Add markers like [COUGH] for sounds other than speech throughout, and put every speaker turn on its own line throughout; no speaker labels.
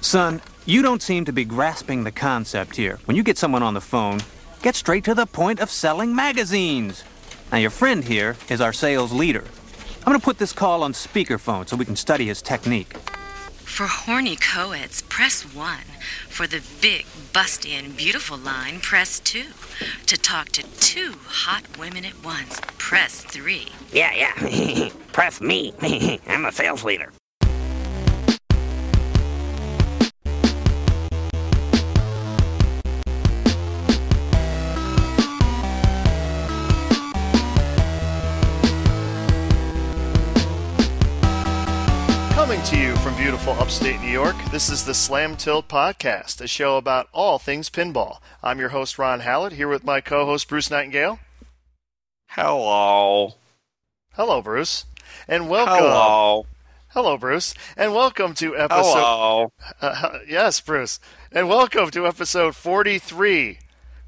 Son, you don't seem to be grasping the concept here. When you get someone on the phone, get straight to the point of selling magazines. Now, your friend here is our sales leader. I'm going to put this call on speakerphone so we can study his technique.
For horny co-eds, press 1. For the big, busty, and beautiful line, press 2. To talk to two hot women at once, press 3.
Yeah, yeah. [LAUGHS] Press me. I'm a sales leader.
Coming to you from beautiful upstate New York, this is the Slam Tilt Podcast, a show about all things pinball. I'm your host, Ron Hallett, here with my co host, Bruce Nightingale.
Hello.
Hello, Bruce. And welcome.
Hello.
Hello, Bruce. And welcome to episode.
Hello.
Uh, [LAUGHS] yes, Bruce. And welcome to episode 43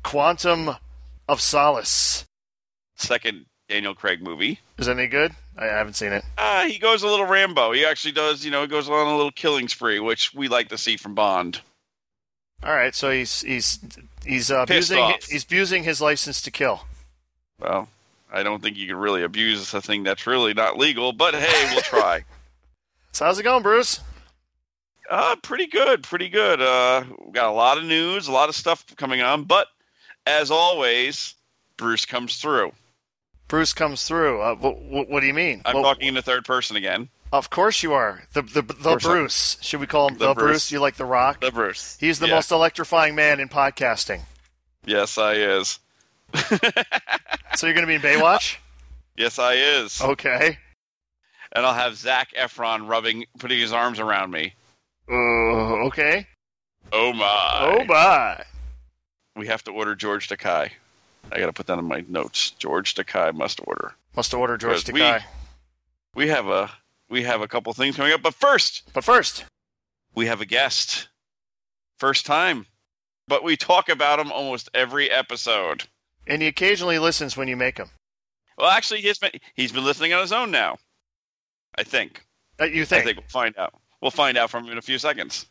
Quantum of Solace.
Second Daniel Craig movie.
Is that any good? I haven't seen it.
Ah, he goes a little Rambo. He actually does, you know, he goes on a little killing spree, which we like to see from Bond.
All right, so he's he's he's uh,
Pissed
abusing
off.
he's abusing his license to kill.
Well, I don't think you can really abuse a thing that's really not legal, but hey,
[LAUGHS]
we'll try.
So how's it going, Bruce?
Uh, pretty good, pretty good. Uh, we got a lot of news, a lot of stuff coming on, but as always, Bruce comes through.
Bruce comes through. Uh, what, what do you mean?
I'm
Well,
talking in the third person again.
Of course you are. The the, the
course I-
Bruce. Should we call him the,
The
Bruce?
Bruce.
You like the Rock?
The Bruce.
He's the
Yeah.
most electrifying man in podcasting.
Yes, I is.
So you're going to be
[LAUGHS]
in Baywatch?
Yes, I is.
Oh. okay.
And I'll have Zach Efron rubbing, putting his arms around me.
Uh, okay.
Oh my.
Oh my.
We have to order George Takai. I got to put that in my notes. George Takai must order.
Must order George
Because we-
Takai.
We have a we have a couple things coming up, but first
But first,
we have a guest. First time. But we talk about him almost every episode.
and he occasionally listens when you make him.
Well, actually, he's been he's been listening on his own now. I think.
Uh, you
I
think?
think we'll find out. We'll find out from him in a few seconds.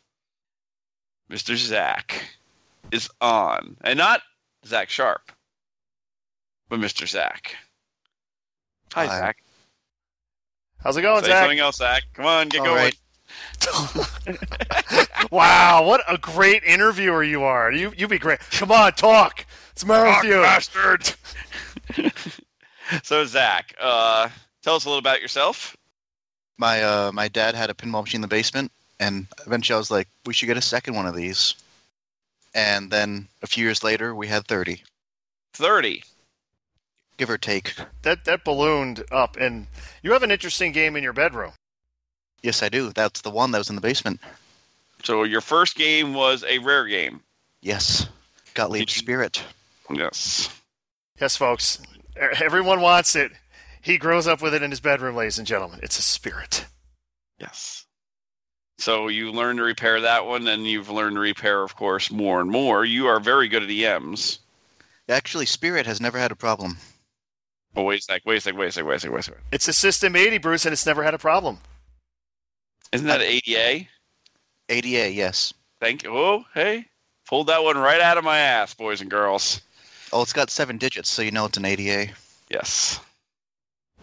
Mr. Zach is on, and not Zach Sharp, but Mr. Zach. Hi,
Hi.
Zach.
How's it going,
Say
Zach?
something else, Zach. Come on, get
All
going.
right.
[LAUGHS] Wow, what a great interviewer you are. You you be great. Come on, talk. It's matter with
Fuck,
you.
bastard. [LAUGHS] so, Zach, uh, tell us a little about yourself.
my uh, my dad had a pinball machine in the basement, and eventually I was like, we should get a second one of these. And then a few years later, we had thirty,
30.
give or take.
That that ballooned up, and you have an interesting game in your bedroom.
Yes, I do. That's the one that was in the basement.
So, your first game was a rare game.
Yes, Gottlieb
Did you-
Spirit.
Yes.
Yes, folks. E- Everyone wants it. He grows up with it in his bedroom, ladies and gentlemen. It's a spirit.
Yes. So, you learned to repair that one, and you've learned to repair, of course, more and more. You are very good at E EMs.
Actually, Spirit has never had a problem.
Oh, wait a sec, wait a sec, wait a sec, wait a sec, wait a sec.
It's a System 80, Bruce, and it's never had a problem.
Isn't that ADA?
ADA, yes.
Thank you. Oh, hey. Pulled that one right out of my ass, boys and girls.
Oh, it's got seven digits, so you know it's an ADA.
Yes.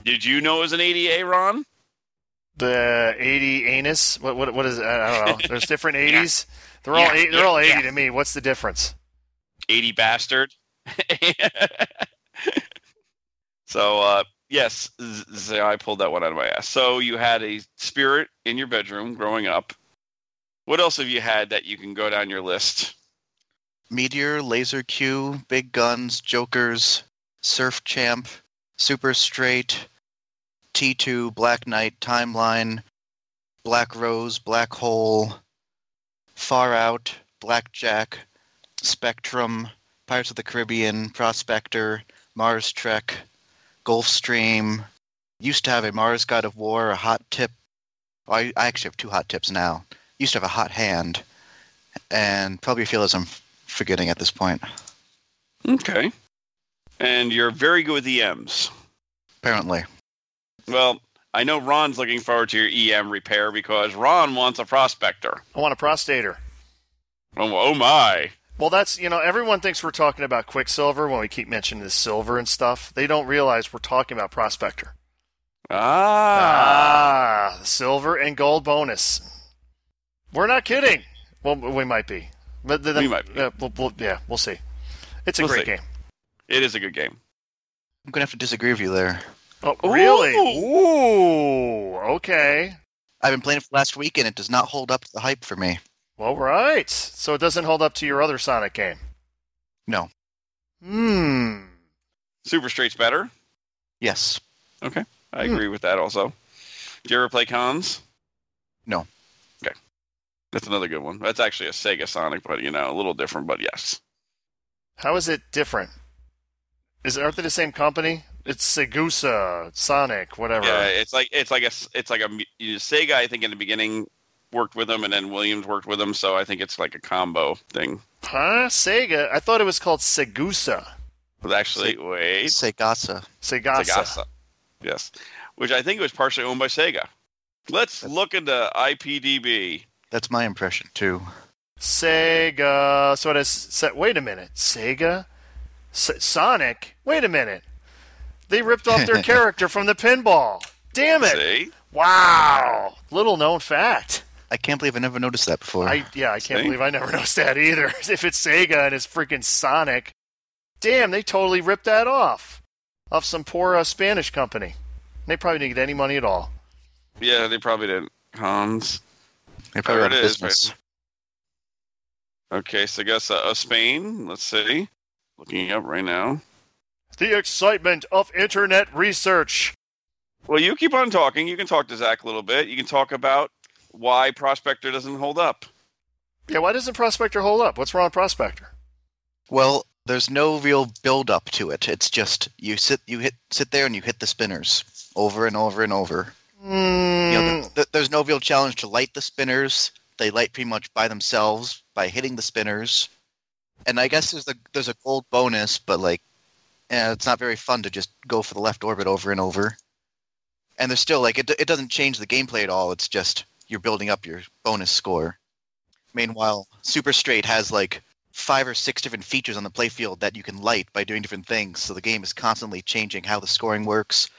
Did you know it was an ADA, Ron?
The 80 anus. What what what is? It?
[LAUGHS]
I don't know. There's different 80s. They're all
Yeah,
eight, they're
yeah,
all 80
yeah.
to me. What's the difference?
80 bastard. [LAUGHS] so, uh, yes, z- z- I pulled that one out of my ass. So, you had a spirit in your bedroom growing up. What else have you had that you can go down your list?
Meteor, Laser Q, Big Guns, Jokers, Surf Champ, Super Straight, T2, Black Knight, Timeline, Black Rose, Black Hole, Far Out, Blackjack, Spectrum, Pirates of the Caribbean, Prospector, Mars Trek, Gulfstream. Used to have a Mars God of War, a Hot Tip. I, I actually have two Hot Tips now. Used to have a Hot Hand, and probably feel as I'm forgetting at this point.
Okay. And you're very good with EMs.
Apparently,
E Well, I know Ron's looking forward to your EM repair because Ron wants a prospector.
I want a prostator.
Oh, oh my.
Well, that's, you know, everyone thinks we're talking about Quicksilver when we keep mentioning this silver and stuff. They don't realize we're talking about Prospector.
Ah.
Ah, silver and gold bonus. We're not kidding. Well, we might be. But then,
We might be.
uh, we'll, we'll- yeah, we'll see. It's a
We'll
great
see.
game.
It is a good game.
I'm gonna have to disagree with you there.
Oh, really? Ooh, okay.
I've been playing it for the last week and it does not hold up to the hype for me.
All right. So it doesn't hold up to your other Sonic game.
No.
Hmm.
Super Straight's better.
Yes.
Okay. I
Hmm.
agree with that also. Do you ever play Cons?
No.
Okay. That's another good one. That's actually a Sega Sonic, but, you know, a little different, but yes.
How is it different? Is aren't they the same company? It's Segusa, Sonic, whatever.
Yeah, it's like it's like a s- it's like a mu- you- Sega. I think in the beginning worked with them, and then Williams worked with them. So I think it's like a combo thing.
Huh? Sega? I thought it was called Segusa.
But actually, wait,
Segasa.
Segasa.
Sagasa. Yes, which I think was partially owned by Sega. Let's look into IPDB.
That's my impression too.
Sega. So it has. Se- wait a minute. Sega? S- Sonic? Wait a minute. They ripped off their character from the pinball. Damn it.
See,
Wow. Little known fact.
I can't believe I never noticed that before.
I yeah, I can't
See?
believe I never [LAUGHS] noticed that either. if it's Sega and it's freaking Sonic, damn, they totally ripped that off off some poor uh, Spanish company. They probably didn't get any money at all.
yeah, they probably didn't. Cons.
They probably
There
out of
it is,
business.
Okay, Sagasa of uh, Spain. Let's see. Looking up right now.
The excitement of internet research.
Well, you keep on talking. You can talk to Zach a little bit. You can talk about why Prospector doesn't hold up.
Yeah, why doesn't Prospector hold up? What's wrong with Prospector?
Well, there's no real build up to it. It's just you sit you hit sit there and you hit the spinners over and over and over. You know,
Mm,
th- th- there's no real challenge to light the spinners. They light pretty much by themselves by hitting the spinners. And I guess there's the there's a gold bonus, but like eh, it's not very fun to just go for the left orbit over and over. And there's still like it d- it doesn't change the gameplay at all. It's just you're building up your bonus score. Meanwhile, Super Straight has like five or six different features on the playfield that you can light by doing different things. So the game is constantly changing how the scoring works,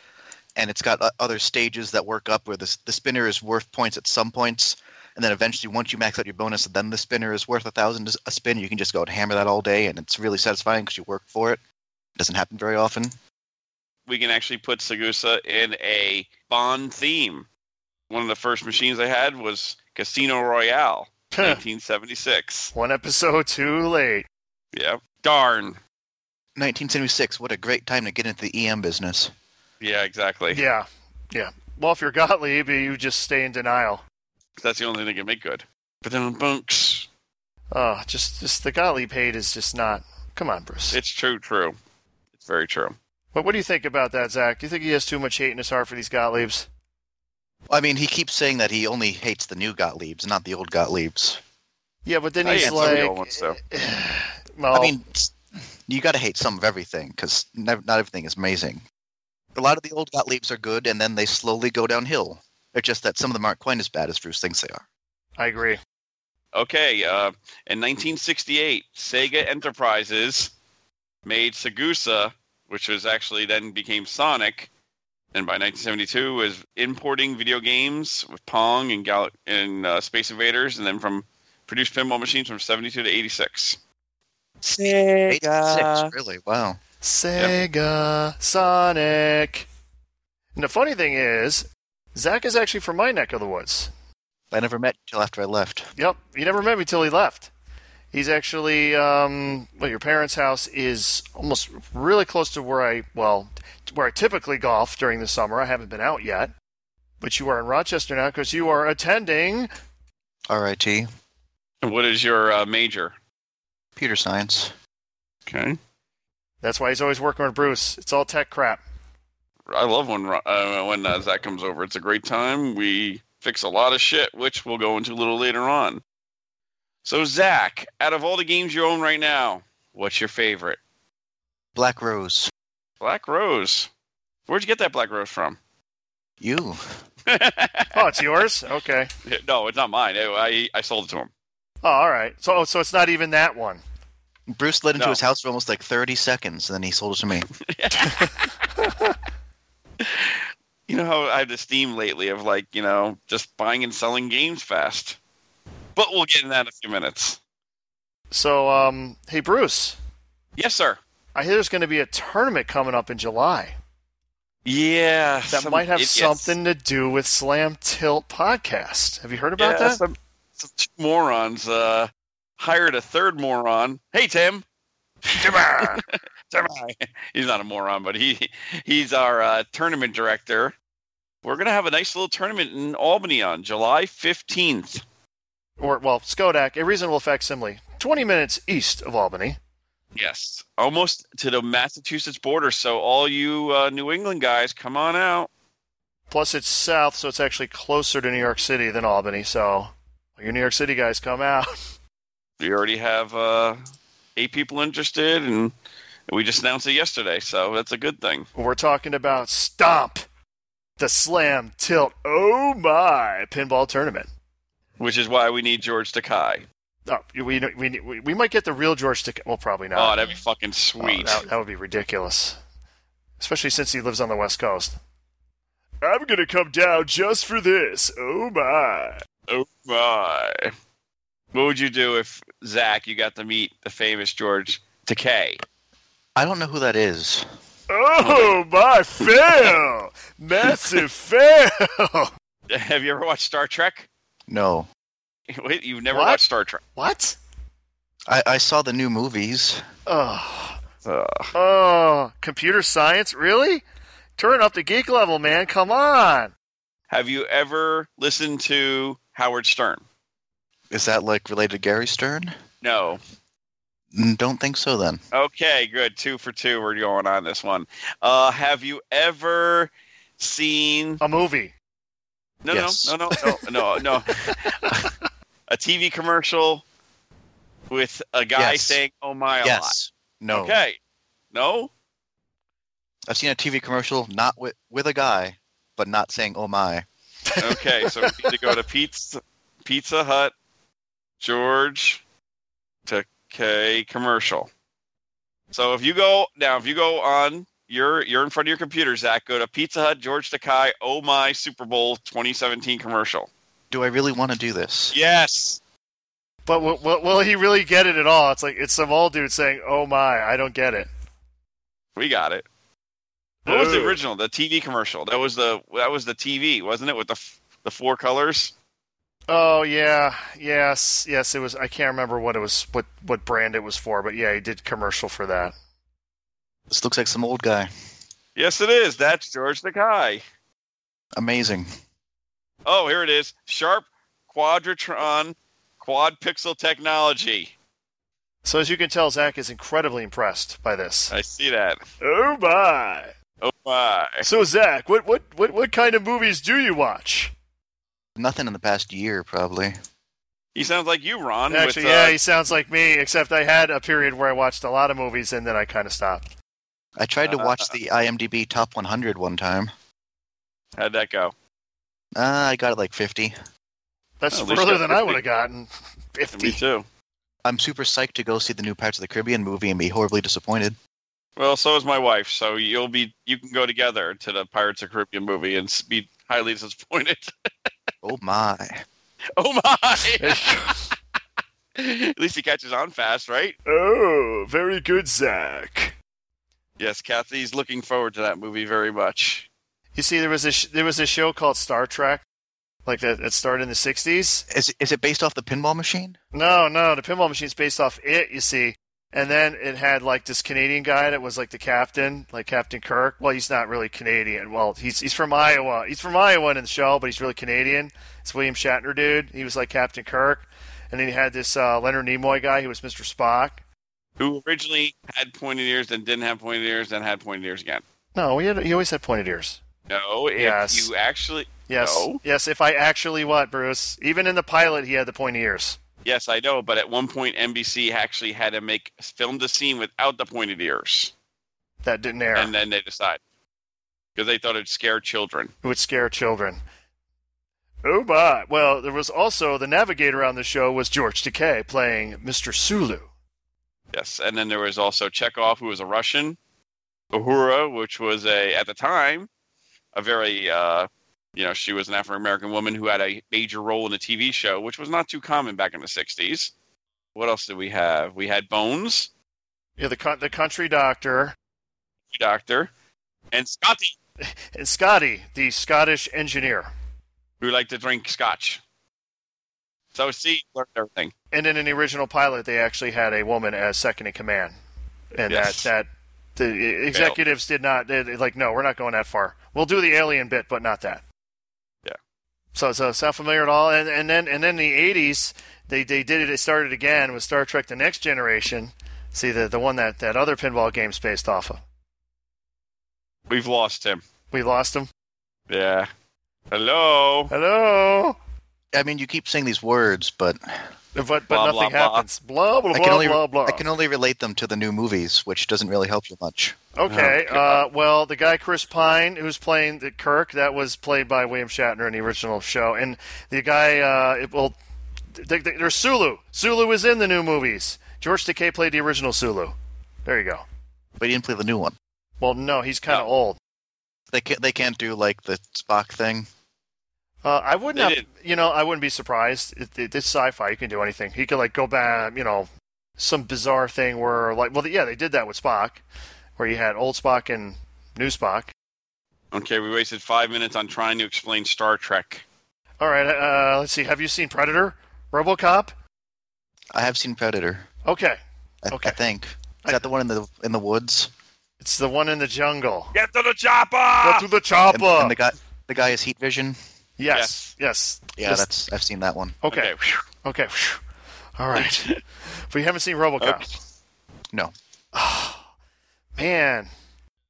and it's got o- other stages that work up where the s- the spinner is worth points at some points, and then eventually once you max out your bonus, then the spinner is worth a thousand s- a spin. You can just go and hammer that all day, and it's really satisfying because you worked for it. Doesn't happen very often.
we can actually put Sagusa in a Bond theme. One of the first machines I had was Casino Royale, 1976.
one episode too late.
Yeah. Darn.
1976, what a great time to get into the EM business.
Yeah, exactly.
Yeah, yeah. Well, if you're Gottlieb, you just stay in denial.
That's the only thing that can make good. But then bunks.
Oh, just just the Gottlieb hate is just not. Come on, Bruce.
It's true, true. It's very true.
But what do you think about that, Zach? Do you think he has too much hate in his heart for these Gottliebs?
I mean, he keeps saying that he only hates the new Gottliebs, not the old Gottliebs.
Yeah, but then
I
he's
hate some of the
like,
old ones, though.
well,
I mean, you got to hate some of everything because not everything is amazing. A lot of the old Gottliebs are good, and then they slowly go downhill. It's just that some of them aren't quite as bad as Bruce thinks they are.
I agree.
Okay, uh, in 1968, Sega Enterprises made Sagusa, which was actually then became Sonic, and by 1972 was importing video games with Pong and Gal- and uh, Space Invaders, and then from produced pinball machines from 72 to 86.
Six, really? Wow.
Sega, Sonic. And the funny thing is, Zach is actually from my neck of the woods.
I never met until after I left.
Yep, he never met me till he left. He's actually, um, well, your parents' house is almost really close to where I, well, where I typically golf during the summer. I haven't been out yet, but you are in Rochester now because you are attending
R.I.T.
And what is your uh, major?
Computer science.
Okay,
That's why he's always working with Bruce. It's all tech crap.
I love when Ro- uh, when uh, Zach comes over. It's a great time. We fix a lot of shit, which we'll go into a little later on. So Zach, out of all the games you own right now, what's your favorite?
Black Rose.
Black Rose. Where'd you get that Black Rose from? [LAUGHS]
You.
Oh, it's yours? Okay.
no, it's not mine. I, I I sold it to him.
Oh, all right. So, oh, so it's not even that one.
Bruce led into
No.
his house for almost like 30 seconds, and then he sold it to me.
You know how I have this theme lately of like, you know, just buying and selling games fast. But we'll get in that in a few minutes.
So, um, hey, Bruce,
Yes, sir.
I hear there's going to be a tournament coming up in July
Yeah.
that might have something to do with Slam Tilt Podcast. Have you heard about that?
Some, some two morons uh, hired a third moron. Hey, Tim.
Timmer!
[LAUGHS] Tim. ah. He's not a moron, but he he's our uh, tournament director. We're gonna have a nice little tournament in Albany on July fifteenth.
or, well, Skodak, a reasonable facsimile, 20 minutes east of Albany.
Yes, almost to the Massachusetts border. So all you uh, New England guys, come on out.
Plus, it's south, so it's actually closer to New York City than Albany. So, you New York City guys come out. [LAUGHS]
we already have uh, eight people interested, and we just announced it yesterday, so that's a good thing.
We're talking about Stomp, the Slam Tilt, oh my, pinball tournament.
Which is why we need George Takai.
Oh, we, we, we, we might get the real George to. Well, probably not.
Oh, that'd be fucking sweet.
Oh, that, that would be ridiculous. Especially since he lives on the West Coast. I'm going to come down just for this. Oh, my.
oh my! What would you do if Zach, you got to meet the famous George Takei? [LAUGHS]
I don't know who that is.
Oh, my. Fail. Massive fail.
Have you ever watched Star Trek? [LAUGHS]
No.
Wait, you've never
What?
watched Star Trek?
What?
I, I saw the new movies.
Oh,
Uh,
oh. Computer science? Really? Turn up the geek level, man. Come on.
have you ever listened to Howard Stern?
Is that like related to Gary Stern?
No.
Mm, Don't think so then.
Okay, good. Two for two. We're going on this one. Uh, have you ever seen
A movie.
No,
Yes.
no, no, no, no, no, no. a TV commercial with a guy
Yes.
saying "Oh my" a
yes.
lot.
No.
Okay. No.
I've seen a TV commercial not with, with a guy, but not saying "oh my."
Okay. So we need to go to Pizza Pizza Hut, George, to K commercial. So if you go now, if you go on you're you're in front of your computer, Zach, go to Pizza Hut, George Takai, Oh My Super Bowl 2017 commercial.
Do I really want to do this?
Yes.
But w- w- will he really get it at all? It's like it's some old dude saying, "Oh my, I don't get it."
We got it. What was the
Ooh.
original? The TV commercial. That was the that was the TV, wasn't it? With the f- the four colors.
Oh yeah, yes, yes. It was. I can't remember what it was, what what brand it was for, but yeah, he did commercial for that.
This looks like some old guy.
Yes, it is. That's George Takei.
Amazing.
Oh, here it is. Sharp Quadratron Quad Pixel Technology.
So as you can tell, Zach is incredibly impressed by this.
I see that.
Oh my!
Oh my!
So Zach, what what what what kind of movies do you watch?
Nothing in the past year, probably.
He sounds like you, Ron.
Actually,
with, uh,
yeah, he sounds like me, except I had a period where I watched a lot of movies and then I kind of stopped.
I tried to watch
Uh-huh.
Uh.
the IMDb Top 100 one time.
how'd that go?
Uh, I got it like 50.
That's
Oh, at least
further
you got
than I
50.
would have gotten. [LAUGHS]
Me
Fifty.
too.
I'm super psyched to go see the new Pirates of the Caribbean movie and be
[LAUGHS]
horribly disappointed.
Well, so is my wife. So you'll be you can go together to the Pirates of the Caribbean movie and s- be highly disappointed. [LAUGHS]
Oh my.
oh
[LAUGHS]
my! At least he catches on fast, right?
oh, very good, Zach.
Yes, Kathy's looking forward to that movie very much.
You see, there was a sh- there was a show called Star Trek, like that that started in the '60s.
Is, is it based off the pinball machine?
No, no, the pinball machine's based off it. You see, and then it had like this Canadian guy that was like the captain, like Captain Kirk. Well, he's not really Canadian. Well, he's he's from Iowa. He's from Iowa in the show, but he's really Canadian. It's William Shatner, dude. He was like Captain Kirk, and then he had this uh, Leonard Nimoy guy who was Mr. Spock.
Who originally had pointed ears, then didn't have pointed ears, then had pointed ears again.
No, he had he always had pointed ears.
No, if
Yes.
you actually
Yes,
No.
yes. If I actually what, Bruce? Even in the pilot, he had the pointy ears.
Yes, I know, but at one point NBC actually had to make filmed a scene without the pointed ears.
That didn't air.
And then they decided. because they thought it'd scare children.
It would scare children. Oh my! Well, there was also the navigator on the show was George Takei playing Mr. Sulu.
Yes, and then there was also Chekhov, who was a Russian, Uhura, which was a at the time a very uh, you know she was an African American woman who had a major role in a TV show, which was not too common back in the '60s. What else did we have? We had Bones,
Yeah, the co- the country doctor
Doctor, and Scotty,
and Scotty, the Scottish engineer.
who liked to drink scotch. So see, learned everything.
And in an original pilot, they actually had a woman as second in command, and
Yes.
that that the e, executives did not they, they like. No, we're not going that far. We'll do the alien bit, but not that.
Yeah.
So so sound familiar at all? And and then and then the '80s, they they did it. It started again with Star Trek: The Next Generation. See the the one that that other pinball game's based off of.
We've lost him.
We lost him.
Yeah. Hello.
Hello.
I mean, you keep saying these words, but
But but
Blah,
nothing
blah, blah.
happens. Blah blah
I
blah
can only
blah blah.
I can only relate them to the new movies, which doesn't really help you much.
Okay.
Oh,
uh,
God.
well, the guy Chris Pine, who's playing the Kirk, that was played by William Shatner in the original show, and the guy, uh, it, well, th- th- th- there's Sulu. Sulu is in the new movies. George Takei played the original Sulu. There you go.
But he didn't play the new one.
Well, no, he's kind of
No.
old.
They can't they can't do like the Spock thing.
Uh, I would
They
not,
did.
you know, I wouldn't be surprised. It, it, it's sci-fi; you can do anything. He could like go back, you know, some bizarre thing where, like, well, yeah, they did that with Spock, where you had old Spock and new Spock.
Okay, we wasted five minutes on trying to explain Star Trek.
All right, uh, let's see. Have you seen Predator, RoboCop?
I have seen Predator.
Okay.
I,
Okay.
I think
I-
is that the one in the in the woods?
It's the one in the jungle.
Get to the chopper!
Go to the chopper.
And, and the guy the guy is heat vision.
yes, yes.
Yeah,
Yes.
that's I've seen that one.
okay.
whew.
Okay. phew. All right. we haven't seen RoboCop.
Okay.
No,
Man,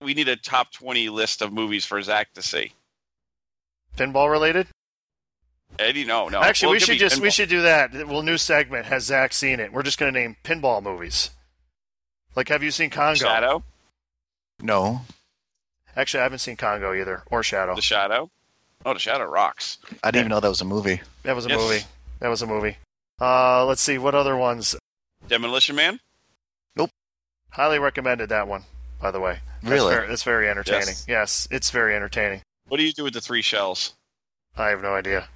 We need a top 20 list of movies for Zach to see.
pinball related.
Eddie, no, no.
Actually,
Well,
we
it could
should
be
just we
pinball.
should do that. Well, new segment. Has Zach seen it? We're just going to name pinball movies. Like, have you seen Congo?
Shadow,
no.
Actually, I haven't seen Congo either, or Shadow.
The Shadow. Oh, The Shadow rocks.
I didn't even know that was a movie.
That was a
Yes.
movie. That was a movie. Uh, let's see what other ones.
Demolition Man.
Highly recommended that one, by the way. That's
Really?
very- that's very entertaining. yes, it's very entertaining.
What do you do with the three shells?
I have no idea.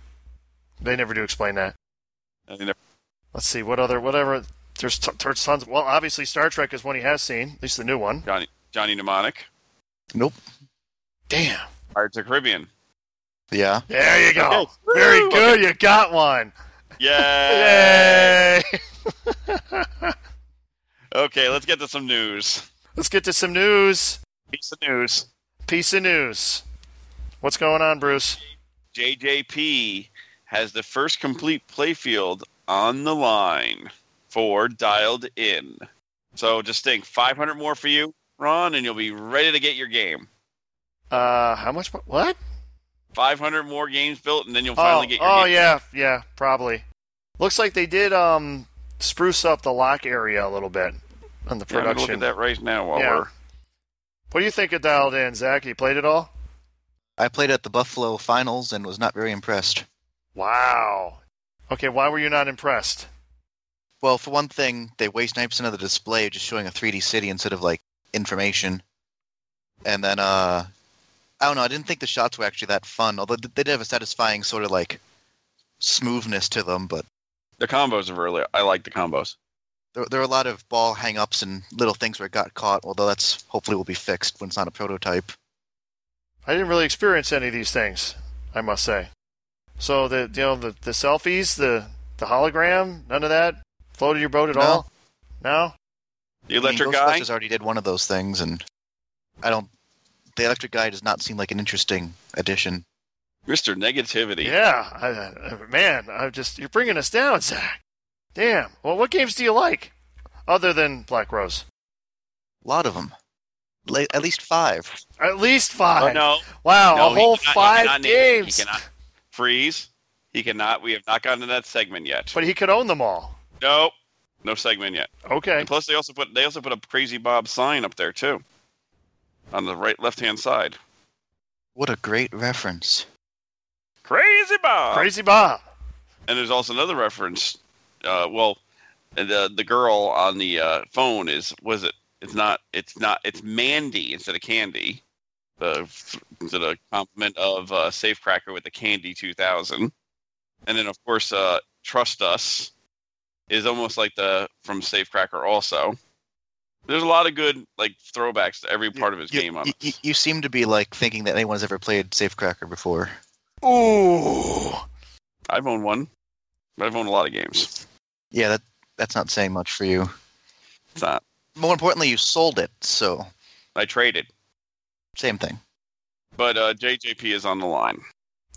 They never do explain that.
I mean, they're-
Let's see what other whatever. There's, t- there's tons. Well, obviously Star Trek is one he has seen, at least the new one.
Johnny, Johnny Mnemonic.
Nope.
Damn.
Pirates of the
[LAUGHS]
Caribbean.
Yeah.
There you go.
Okay.
Very
Woo! Uh,
good. You got one.
Yeah.
Yay. [LAUGHS]
okay, let's get to some news.
Let's get to some news.
Piece of news.
Piece of news. What's going on, Bruce?
JJP has the first complete playfield on the line for Dialed In. So just think 500 more for you, Ron, and you'll be ready to get your game.
Uh, how much? mo- What?
500 more games built, and then you'll
Oh,
finally get your
oh
game.
yeah, yeah, probably. Looks like they did um spruce up the lock area a little bit on the
Yeah, I'm gonna look
production.
at that right now while
Yeah.
we're.
What do you think of Dialed In, Zach? You played it all?
I played at the Buffalo Finals and was not very impressed.
Wow. Okay, why were you not impressed?
Well, for one thing, they waste 90% of the display just showing a 3D city instead of like information. And then, uh, I don't know. I didn't think the shots were actually that fun, although th- they did have a satisfying sort of like smoothness to them. But
The combos are really. I like the combos.
there, there were a lot of ball hang-ups and little things where it got caught. Although that's hopefully will be fixed when it's not a prototype.
I didn't really experience any of these things, I must say. So the you know the, the selfies, the the hologram, none of that floated your boat at
No.
all? No?
The
I mean,
electric guy?
Ghostbusters already did one of those things, and I don't. The electric guy does not seem like an interesting addition.
Mr. Negativity.
Yeah, I, I- man, I'm just you're bringing us down, Zach. Damn. Well, what games do you like other than Black Rose?
A lot of them, La at least five.
At least five.
Oh, no.
Wow,
no, he
a whole
cannot- he
five
cannot name-
games.
He cannot. Freeze. He cannot. We have not gotten to that segment yet.
But he could own them all.
No. No segment yet.
Okay.
And plus, they also put they also put a Crazy Bob sign up there too, on the right left hand side.
What a great reference.
Crazy Bob.
Crazy Bob.
And there's also another reference. Uh, well, uh, the the girl on the uh, phone is was it? It's not. It's not. It's Mandy instead of Candy. The to the compliment of uh, Safecracker with the Candy 2000, and then of course uh, Trust Us is almost like the from Safecracker also. There's a lot of good like throwbacks to every part of his
You-
game. On
you-
this.
you seem to be like thinking that anyone's ever played Safecracker before.
Ooh.
I've owned one, but I've owned a lot of games.
Yeah, that that's not saying much for you.
It's not.
More importantly, you sold it, so
I traded,
same thing.
but uh, JJP is on the line.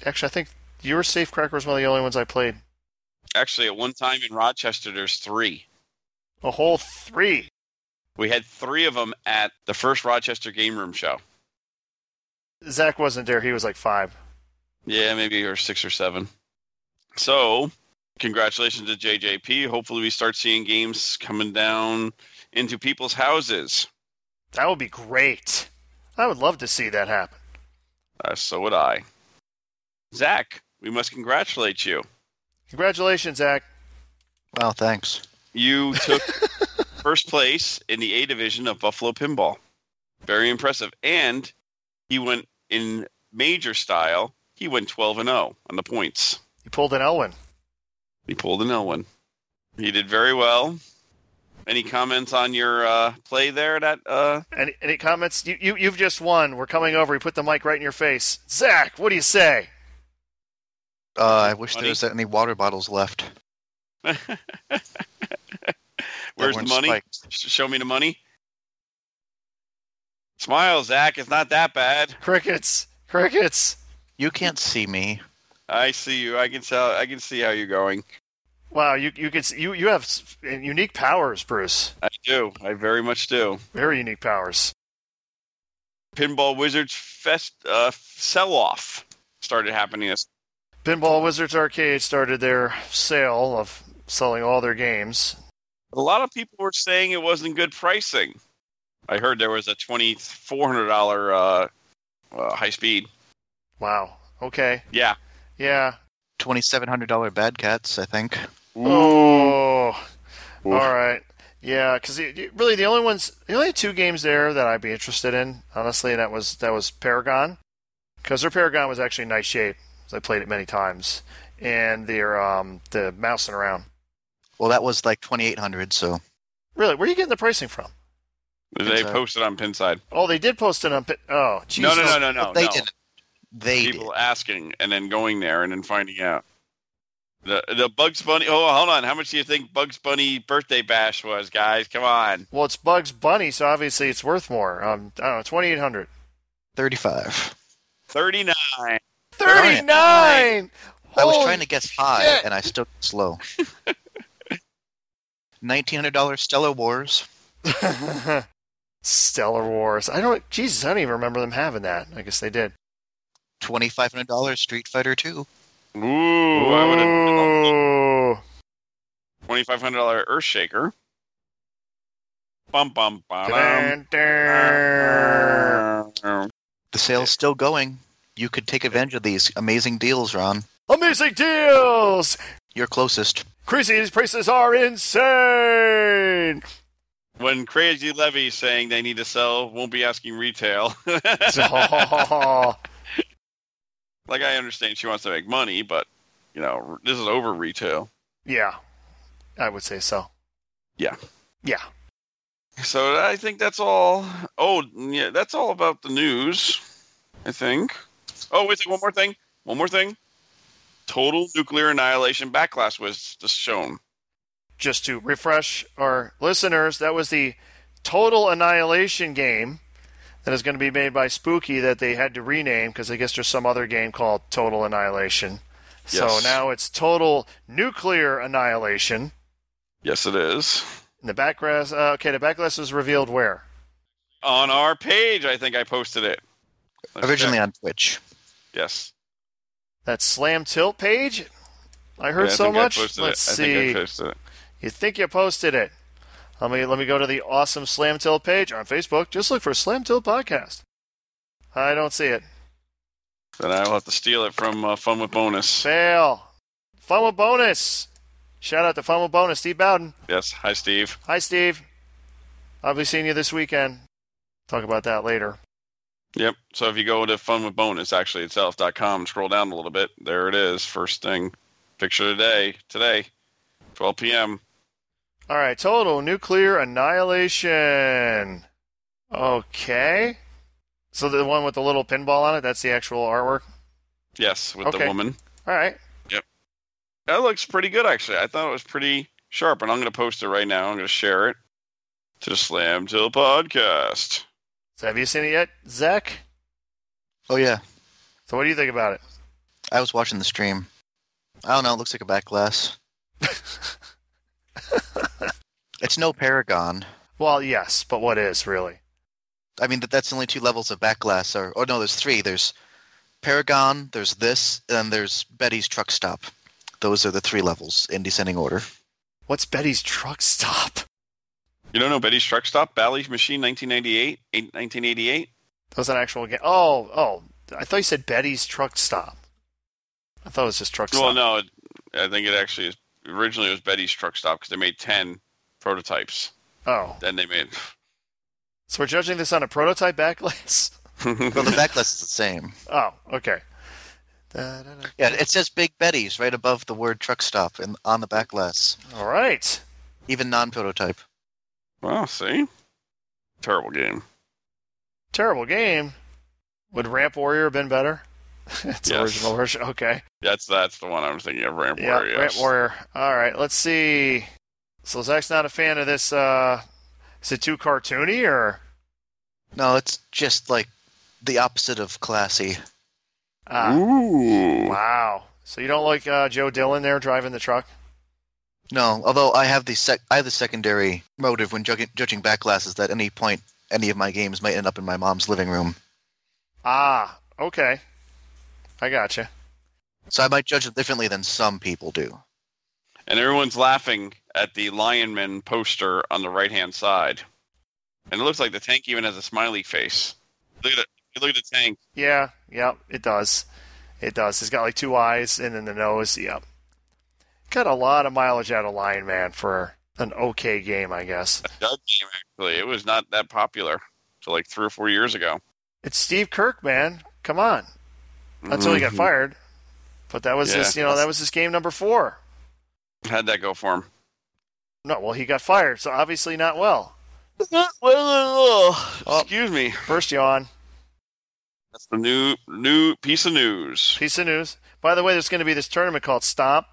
Actually, I think your Safecracker was one of the only ones I played.
Actually, at one time in Rochester, there's three.
A whole three.
We had three of them at the first Rochester Game Room show.
Zach wasn't there. He was like five.
Yeah, maybe or six or seven. So, congratulations to JJP. Hopefully, we start seeing games coming down into people's houses.
That would be great. I would love to see that happen.
Uh, so would I. Zach, we must congratulate you.
Congratulations, Zach.
Wow, thanks.
You took first place in the A division of Buffalo Pinball. Very impressive. And he went in major style. He went 12 and 0 on the points.
You pulled an Elwin.
He pulled an L one. He did very well. Any comments on your uh, play there? That uh, [LAUGHS]
Any, any comments? You, you, you've just won. We're coming over. We put the mic right in your face. Zach, what do you say?
Uh, I wish
Money?
there was any water bottles left. that
where's the
weren't
money?
spiked.
Sh- Show me the money. Smile, Zach. It's not that bad.
Crickets. Crickets.
You can't see me.
I see you. I can tell. I can see how you're going.
Wow, you you could s- you you have s- unique powers, Bruce.
I do. I very much do.
Very unique powers.
Pinball Wizards Fest uh, sell off started happening. This
Pinball Wizards Arcade started their sale of selling all their games.
a lot of people were saying it wasn't good pricing. I heard there was a twenty four hundred dollar uh, uh, high speed.
Wow. Okay.
Yeah.
Yeah.
Twenty-seven hundred dollar bad cats, I think.
Oh. All right. Yeah, because really the only ones, the only two games there that I'd be interested in, honestly, that was that was Paragon, because their Paragon was actually in nice shape. 'cause I played it many times, and their um the mousing around.
Well, that was like twenty-eight hundred. So
Really, where are you getting the pricing from?
They
Pinside.
posted on Pinside.
Oh, they did post it on. Pin- Oh, jeez.
No, no, no, no, no.
they
no.
didn't. They
People asking and then going there and then finding out. The the Bugs Bunny. Oh, hold on. How much do you think Bugs Bunny birthday bash was, guys? Come on.
Well, it's Bugs Bunny, so obviously it's worth more. Um, I don't know, twenty eight hundred.
did. Thirty-five.
Thirty nine.
Thirty nine.
I was trying to guess high, and I still guessed low. Nineteen hundred dollar Stellar Wars.
to. [LAUGHS] Stellar Wars. I don't. Jesus, I don't even remember them having that. I guess they did.
Twenty-five hundred dollar Street Fighter Two.
Ooh, I would have
Ooh.
twenty five hundred dollar Earthshaker. Bum bum bum.
Dun, dun.
The sale's still going. You could take advantage of these amazing deals, Ron.
Amazing deals!
You're closest.
Crazy prices
[LAUGHS]
are insane! [LAUGHS]
When Crazy Levy saying they need to sell, won't be asking retail. [LAUGHS] like I understand she wants to make money, but you know this is over retail.
yeah, I would say so.
Yeah.
Yeah.
So I think that's all. Oh, yeah, that's all about the news. I think. Oh, wait, one more thing. One more thing. Total nuclear annihilation backlash was just shown.
Just to refresh our listeners, that was the Total Annihilation game that is going to be made by Spooky that they had to rename because I guess there's some other game called Total Annihilation. So
Yes.
now it's Total Nuclear Annihilation.
Yes, it is
And the backlash. Uh, okay, the backlash was revealed where?
on our page. I think I posted it Let's
Originally
check.
on Twitch.
Yes.
That slam tilt page. I
Yeah,
heard
I
so
think I
much.
posted it.
Let's
I
see.
Think I posted it.
you think you posted it? Let me let me go to the awesome slam tilt page on Facebook. Just look for Slam Tilt Podcast. I don't see it.
Then I will have to steal it from uh, Fun with Bonus.
Fail. Fun with bonus. Shout out to Fun with Bonus, Steve Bowden.
Yes. Hi, Steve.
Hi, Steve. I'll be seeing you this weekend. Talk about that later.
Yep. So if you go to Fun with Bonus, actually itself.com, scroll down a little bit. There it is. First thing. Picture today. Today, 12 p.m.
All right, total nuclear annihilation. Okay. So the one with the little pinball on it, that's the actual artwork.
Yes, with
Okay.
the woman.
All right.
That looks pretty good, actually. I thought it was pretty sharp, and I'm going to post it right now. I'm going to share it to the Slam Till Podcast.
So have you seen it yet, Zach?
Oh yeah,
So what do you think about it?
I was watching the stream. I don't know. It looks like a back glass. it's no Paragon.
Well, yes, but what is really?
I mean, that that's only two levels of back glass. Or, or no, there's three. There's Paragon. There's this, and there's Betty's truck stop. Those are the three levels in descending order.
What's Betty's truck stop?
You don't know Betty's Truck Stop? Bally's Machine, 1998? Eight- 1988?
That was an actual game. Oh, oh, I thought you said Betty's truck stop. I thought it was just truck stop.
Well, no. It, I think it actually is. Originally, it was Betty's Truck Stop because they made 10 prototypes.
Oh,
Then they made. [LAUGHS]
so we're judging this on a prototype backlash?
Well, the back glass is the same.
[LAUGHS] Oh, okay. Da-da-da.
Yeah, it says Big Betty's right above the word truck stop and on the back glass.
All right.
Even non-prototype.
Well, see? Terrible game.
Terrible game. Would Ramp Warrior have been better? [LAUGHS] it's
Yes.
original version. Okay.
That's that's the one I was thinking of, Ramp
Yeah,
Warrior.
Ramp Warrior. All right, let's see. So Zach's not a fan of this. Uh, is it too cartoony or?
No, it's just like the opposite of classy.
Ah,
Ooh.
wow. So you don't like uh, Joe Dillon there driving the truck?
No, although I have the sec- I have the secondary motive when judging, judging back glasses that any point any of my games might end up in my mom's living room.
Ah, okay. I gotcha.
So I might judge it differently than some people do.
And everyone's laughing at the Lionman poster on the right hand side. And it looks like the tank even has a smiley face. Look at it. You Look at the tank.
Yeah, yep, it does. It does. It's got like two eyes and then the nose. Yep. Got a lot of mileage out of Lion Man for an okay game, I guess.
That game, actually, it was not that popular until like three or four years ago.
It's Steve Kirk, man. Come on. Until he got
Mhm.
fired. But that was
Yeah.
his, you know, that was his game number four.
How'd that go for him?
No, well, he got fired, so obviously not well.
Well, excuse me.
First yawn.
That's the new new piece of news.
Piece of news. By the way, there's going to be this tournament called Stomp.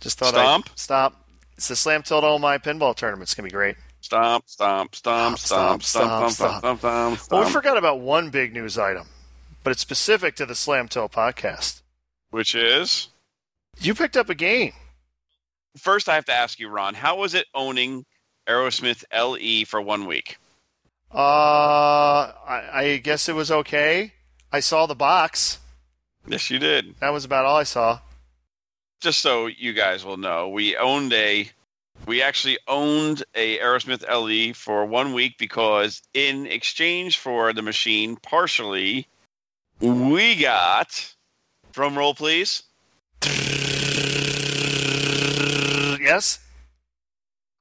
Just thought
Stomp?
I stop. It's the Slam Tilt All My Pinball tournament. It's going to be great.
Stomp, stomp, stomp, stomp,
Stomp, stomp,
stomp, stomp, stomp, stomp,
Well, we
stomp.
forgot about one big news item, but it's specific to the Slam Tilt podcast.
Which is
You picked up a game.
first I have to ask you, Ron, how was it owning Aerosmith LE for one week?
Uh, I, I guess it was okay. I saw the box.
Yes, you did.
That was about all I saw.
Just so you guys will know, we owned a we actually owned a Aerosmith LE for one week because in exchange for the machine partially, we got drum roll please.
Yes?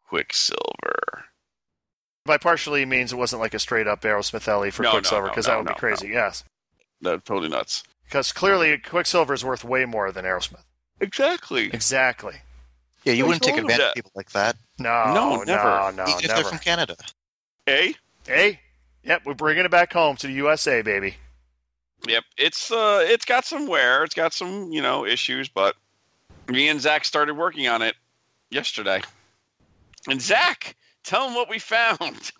Quicksilver.
By partially means it wasn't like a straight up Aerosmith LE for
No, no,
Quicksilver,
no,
because
no,
that would
no,
be crazy, yes.
That's totally nuts.
Because clearly Quicksilver is worth way more than Aerosmith.
Exactly.
Exactly.
Yeah, you
Who's
wouldn't take
all of
advantage
that?
of people like that,
No,
No,
no,
never.
no,
even if they're
never.
from Canada.
A.
Hey, yep, we're bringing it back home to the USA, baby.
Yep. It's uh it's got some wear, it's got some, you know, issues, but me and Zach started working on it yesterday. And Zach, tell him what we found.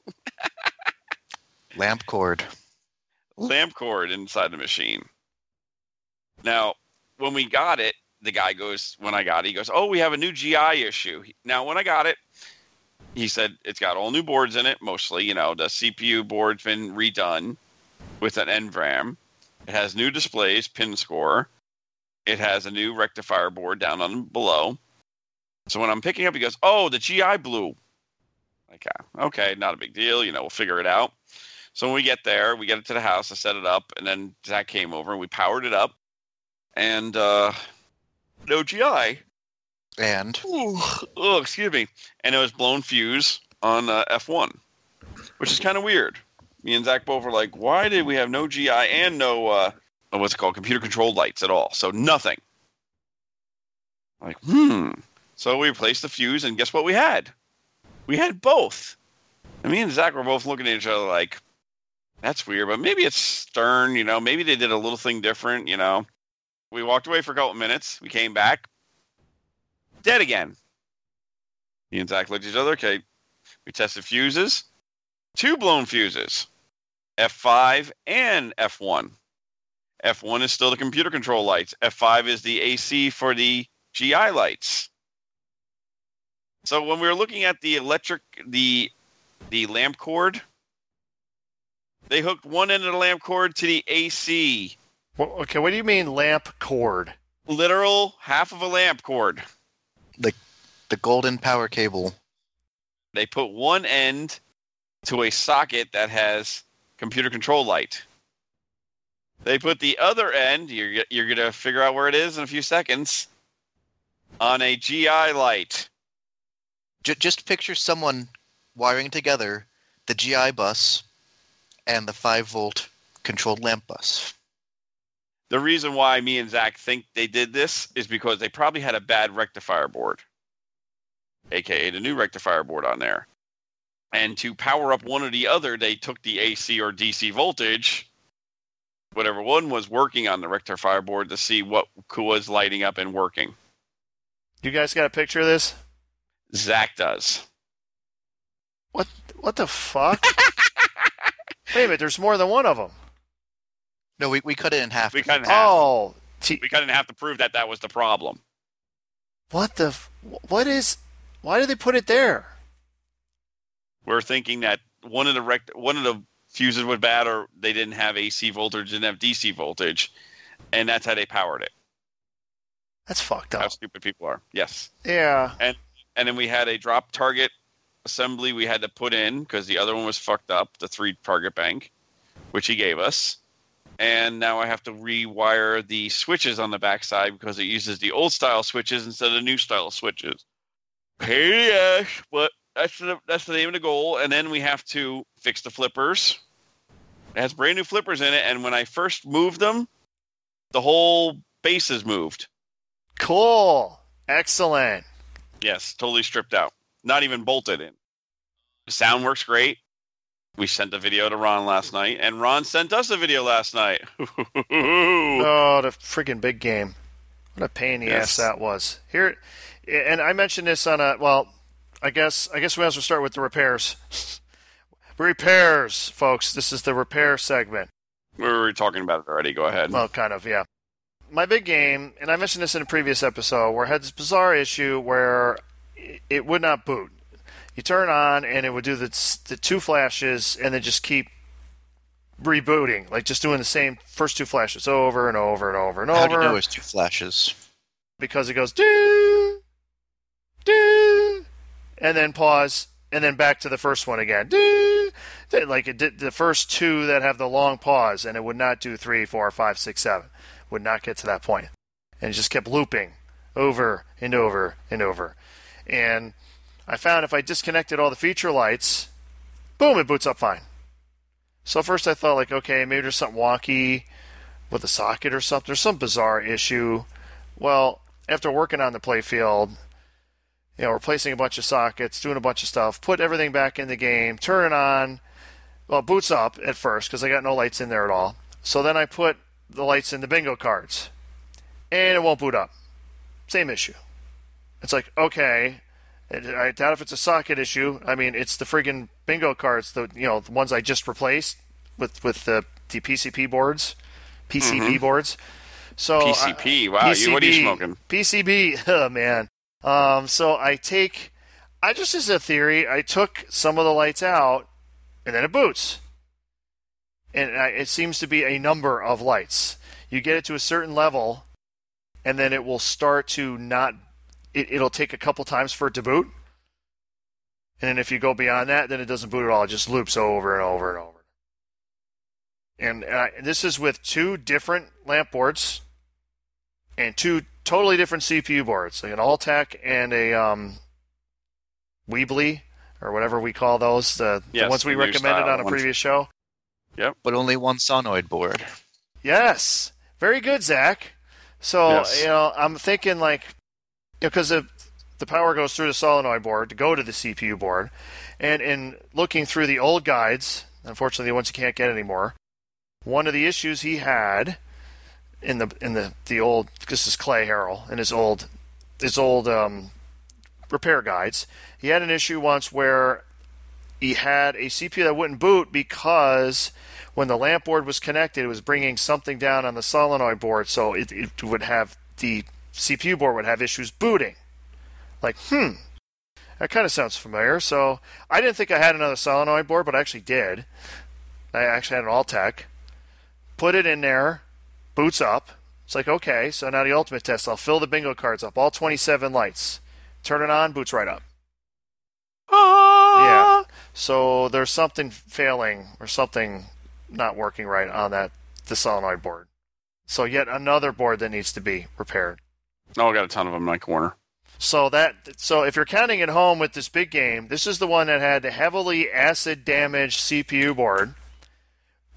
[LAUGHS]
Lamp cord.
Lamp cord inside the machine. Now, when we got it, the guy goes, when I got it, he goes, Oh, we have a new GI issue. Now, when I got it, he said it's got all new boards in it, mostly. You know, the CPU board's been redone with an NVRAM. It has new displays, pin score. It has a new rectifier board down on below. So when I'm picking up, he uh, goes, Oh, the GI blew. Like, "Ah, okay, not a big deal. You know, we'll figure it out. So when we get there, we get it to the house, I set it up, and then Zach came over and we powered it up. And uh, no GI.
And
Ooh, oh, excuse me. And it was blown fuse on uh, F1, which is kind of weird. Me and Zach both were like, why did we have no GI and no, uh, oh, what's it called, computer controlled lights at all? So nothing. Like, hmm. So we replaced the fuse, and guess what we had? We had both. And me and Zach were both looking at each other like, that's weird, but maybe it's Stern, you know, maybe they did a little thing different, you know. We walked away for a couple minutes. We came back, dead again. Me and Zach looked at each other. Okay, we tested fuses, two blown fuses, F5 and F1. F1 is still the computer control lights. F5 is the AC for the GI lights. So when we were looking at the electric, the the lamp cord, they hooked one end of the lamp cord to the AC,
Well, okay, what do you mean lamp cord?
literal half of a lamp cord.
the golden power cable.
they put one end to a socket that has computer control light. They put the other end, you're, you're going to figure out where it is in a few seconds, on a GI light.
J- just picture someone wiring together the GI bus and the 5 volt controlled lamp bus.
The reason why me and Zach think they did this is because they probably had a bad rectifier board, aka the new rectifier board on there. And to power up one or the other, they took the AC or DC voltage, whatever one was working on the rectifier board, to see what was lighting up and working.
You guys got a picture of this?
Zach does.
What? What the fuck? Wait a minute. There's more than one of them.
No, we, we cut it in half.
We cut it in half.
Oh, t-
We kind of have to prove that that was the problem.
what the? f- What is? Why did they put it there?
We're thinking that one of the rect- one of the fuses was bad, or they didn't have AC voltage, didn't have DC voltage, and that's how they powered it.
That's fucked
How
up.
stupid people are. Yes.
Yeah.
and then we had a drop target assembly we had to put in because the other one was fucked up, the three target bank, which he gave us. And now I have to rewire the switches on the backside because it uses the old style switches instead of the new style switches. Hey, yes, but that's the that's the name of the goal. And then we have to fix the flippers. It has brand new flippers in it, and when I first moved them, the whole base is moved.
Cool. Excellent.
Yes, totally stripped out. Not even bolted in. Sound works great. We sent the video to Ron last night, and Ron sent us a video last night. [LAUGHS]
Oh, the freaking big game. What a pain in the
Yes.
ass that was. Here, and I mentioned this on a well. I guess I guess we might as well start with the repairs. [LAUGHS] repairs, folks. This is the repair segment.
we were talking about it already. Go ahead.
Well, kind of, yeah. My big game, and I mentioned this in a previous episode, where I had this bizarre issue where it- it would not boot. You turn on, and it would do the, the two flashes, and then just keep rebooting, like just doing the same first two flashes over and over and over and
How do
over
you know it's two flashes?
because it goes do do and then pause and then back to the first one again do They- like it did the first two that have the long pause and it would not do three four five six seven would not get to that point and it just kept looping over and over and over and i found if i disconnected all the feature lights boom it boots up fine so first i thought like okay maybe there's something wonky with the socket or something there's some bizarre issue well, after working on the playfield, you know, replacing a bunch of sockets, doing a bunch of stuff, put everything back in the game, turn it on. Well, boots up at first because I got no lights in there at all. So then I put the lights in the bingo cards, and it won't boot up. Same issue. It's like okay, and I doubt if it's a socket issue. I mean, it's the friggin' bingo cards, the you know the ones I just replaced with with the, the PCP boards, PCB
Mm-hmm.
boards. So uh, I-
PCP. Wow, you, what are you smoking?
PCB. [LAUGHS] Oh man. Um, so I take, I just as a theory, I took some of the lights out, and then it boots. And I, it seems to be a number of lights. You get it to a certain level, and then it will start to not. It, it'll take a couple times for it to boot. And then if you go beyond that, then it doesn't boot at all. It just loops over and over and over. and uh, this is with two different lamp boards and two totally different CPU boards, like an Alltech and a um, Weebly or whatever we call those, the,
Yes,
the ones we
the new
recommended
style
on a
ones.
previous show.
but only one sonoid board.
Yes, very good, Zach. So
Yes.
you know, I'm thinking like, because the the power goes through the solenoid board to go to the CPU board, and in looking through the old guides, unfortunately, the ones you can't get anymore, one of the issues he had in the in the the old this is Clay Harrell in his old his old um, repair guides, he had an issue once where he had a CPU that wouldn't boot because when the lamp board was connected, it was bringing something down on the solenoid board, so it, it would have the CPU board would have issues booting. Like, hmm, that kind of sounds familiar. So I didn't think I had another solenoid board, but I actually did. I actually had an Alltech. Put it in there, boots up. It's like, okay, so now the ultimate test, I'll fill the bingo cards up, all 27 lights. Turn it on, boots right up.
Ah.
Yeah. So there's something failing or something not working right on that the solenoid board. So yet another board that needs to be repaired.
Oh, I got a ton of them in my corner.
So that so if you're counting at home with this big game, this is the one that had the heavily acid damaged CPU board,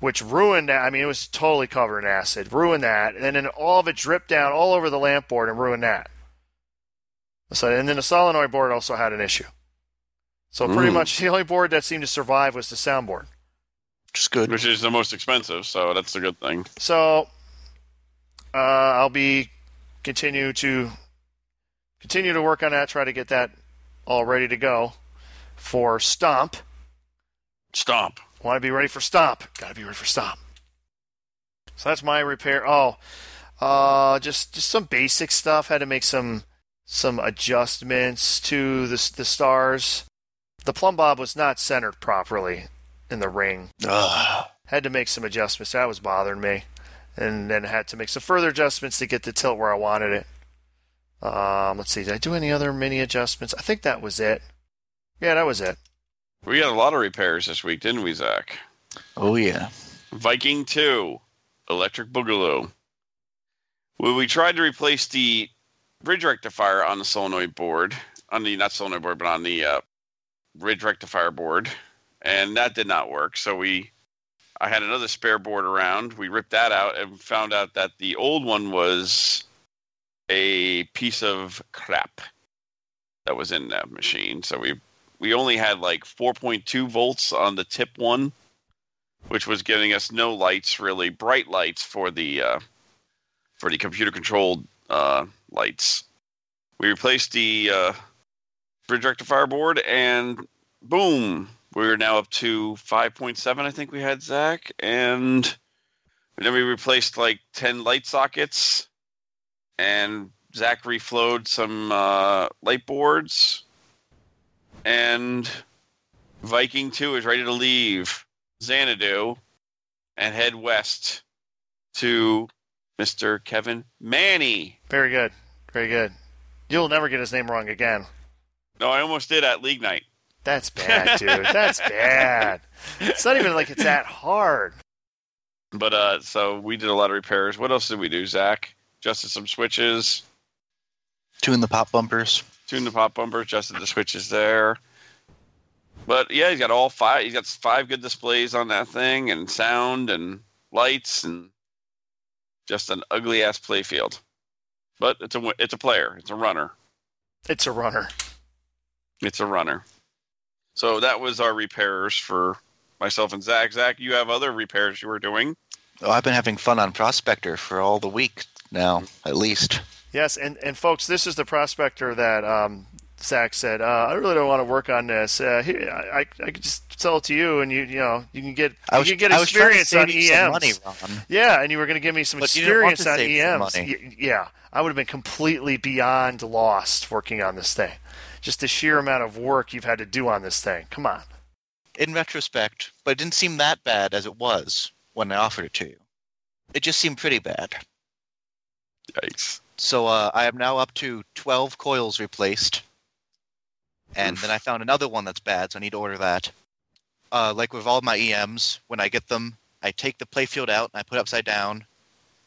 which ruined that. I mean, it was totally covered in acid, ruined that, and then all of it dripped down all over the lamp board and ruined that. So and then the solenoid board also had an issue. So pretty
Mm.
much the only board that seemed to survive was the soundboard.
Which is good.
Which is the most expensive, so that's a good thing.
So uh, I'll be continue to continue to work on that, try to get that all ready to go for Stomp.
Stomp.
Want to be ready for Stomp? Got to be ready for Stomp. So that's my repair. Oh, uh, just just some basic stuff. Had to make some some adjustments to the s- the stars. The plumb bob was not centered properly in the ring
Ugh.
had to make some adjustments. That was bothering me, and then had to make some further adjustments to get the tilt where I wanted it. Um, let's see, did I do any other mini adjustments? I think that was it. Yeah, that was it.
We got a lot of repairs this week, didn't we, Zach?
Oh yeah.
Viking 2, Electric Boogaloo. Well, we tried to replace the ridge rectifier on the solenoid board, on the not solenoid board, but on the uh, ridge rectifier board, and that did not work. So we, I had another spare board around. We ripped that out and found out that the old one was a piece of crap that was in that machine. So we we only had like 4.2 volts on the tip one which was giving us no lights, really bright lights for the uh, for the computer controlled uh, lights. We replaced the uh, bridge rectifier board, and boom, we were now up to 5.7. I think we had Zach, and then we replaced like 10 light sockets, and Zach reflowed some uh, light boards, and Viking 2 is ready to leave. Xanadu and head west to Mr. Kevin Manny.
Very good, very good. You'll never get his name wrong again.
No, I almost did at league night.
That's bad, dude. That's bad. It's not even like it's that hard.
But uh, so we did a lot of repairs. What else did we do, Zach? Adjusted some switches,
Tune the pop bumpers.
tuned the pop bumper, adjusted the switches there. But yeah, he's got all five. He's got five good displays on that thing, and sound, and lights, and just an ugly ass playfield. But it's a wi- it's a player. It's a runner.
It's a runner.
It's a runner. So that was our repairs for myself and Zach. Zach, you have other repairs you were doing.
Oh, I've been having fun on Prospector for all the week now, at least.
Yes, and, and folks, this is the prospector that um, Zach said. Uh, I really don't want to work on this. Uh, here, I, I I could just sell it to you, and you you know you can get
I was,
you can get
I was trying to
experience
save
on E
you some
EMs.
money, Ron.
Yeah, and you were going to give me some
But you didn't want
experience
to
on
save some
EMs.
money.
Y- yeah, I would have been completely beyond lost working on this thing. Just the sheer amount of work you've had to do on this thing. Come on.
in retrospect, but it didn't seem that bad as it was when I offered it to you. It just seemed pretty bad.
Yikes. [LAUGHS]
So uh, I am now up to 12 coils replaced. And then I found another one that's bad, so I need to order that. Uh, like with all my EMs, E when I get them, I take the playfield out and I put it upside down,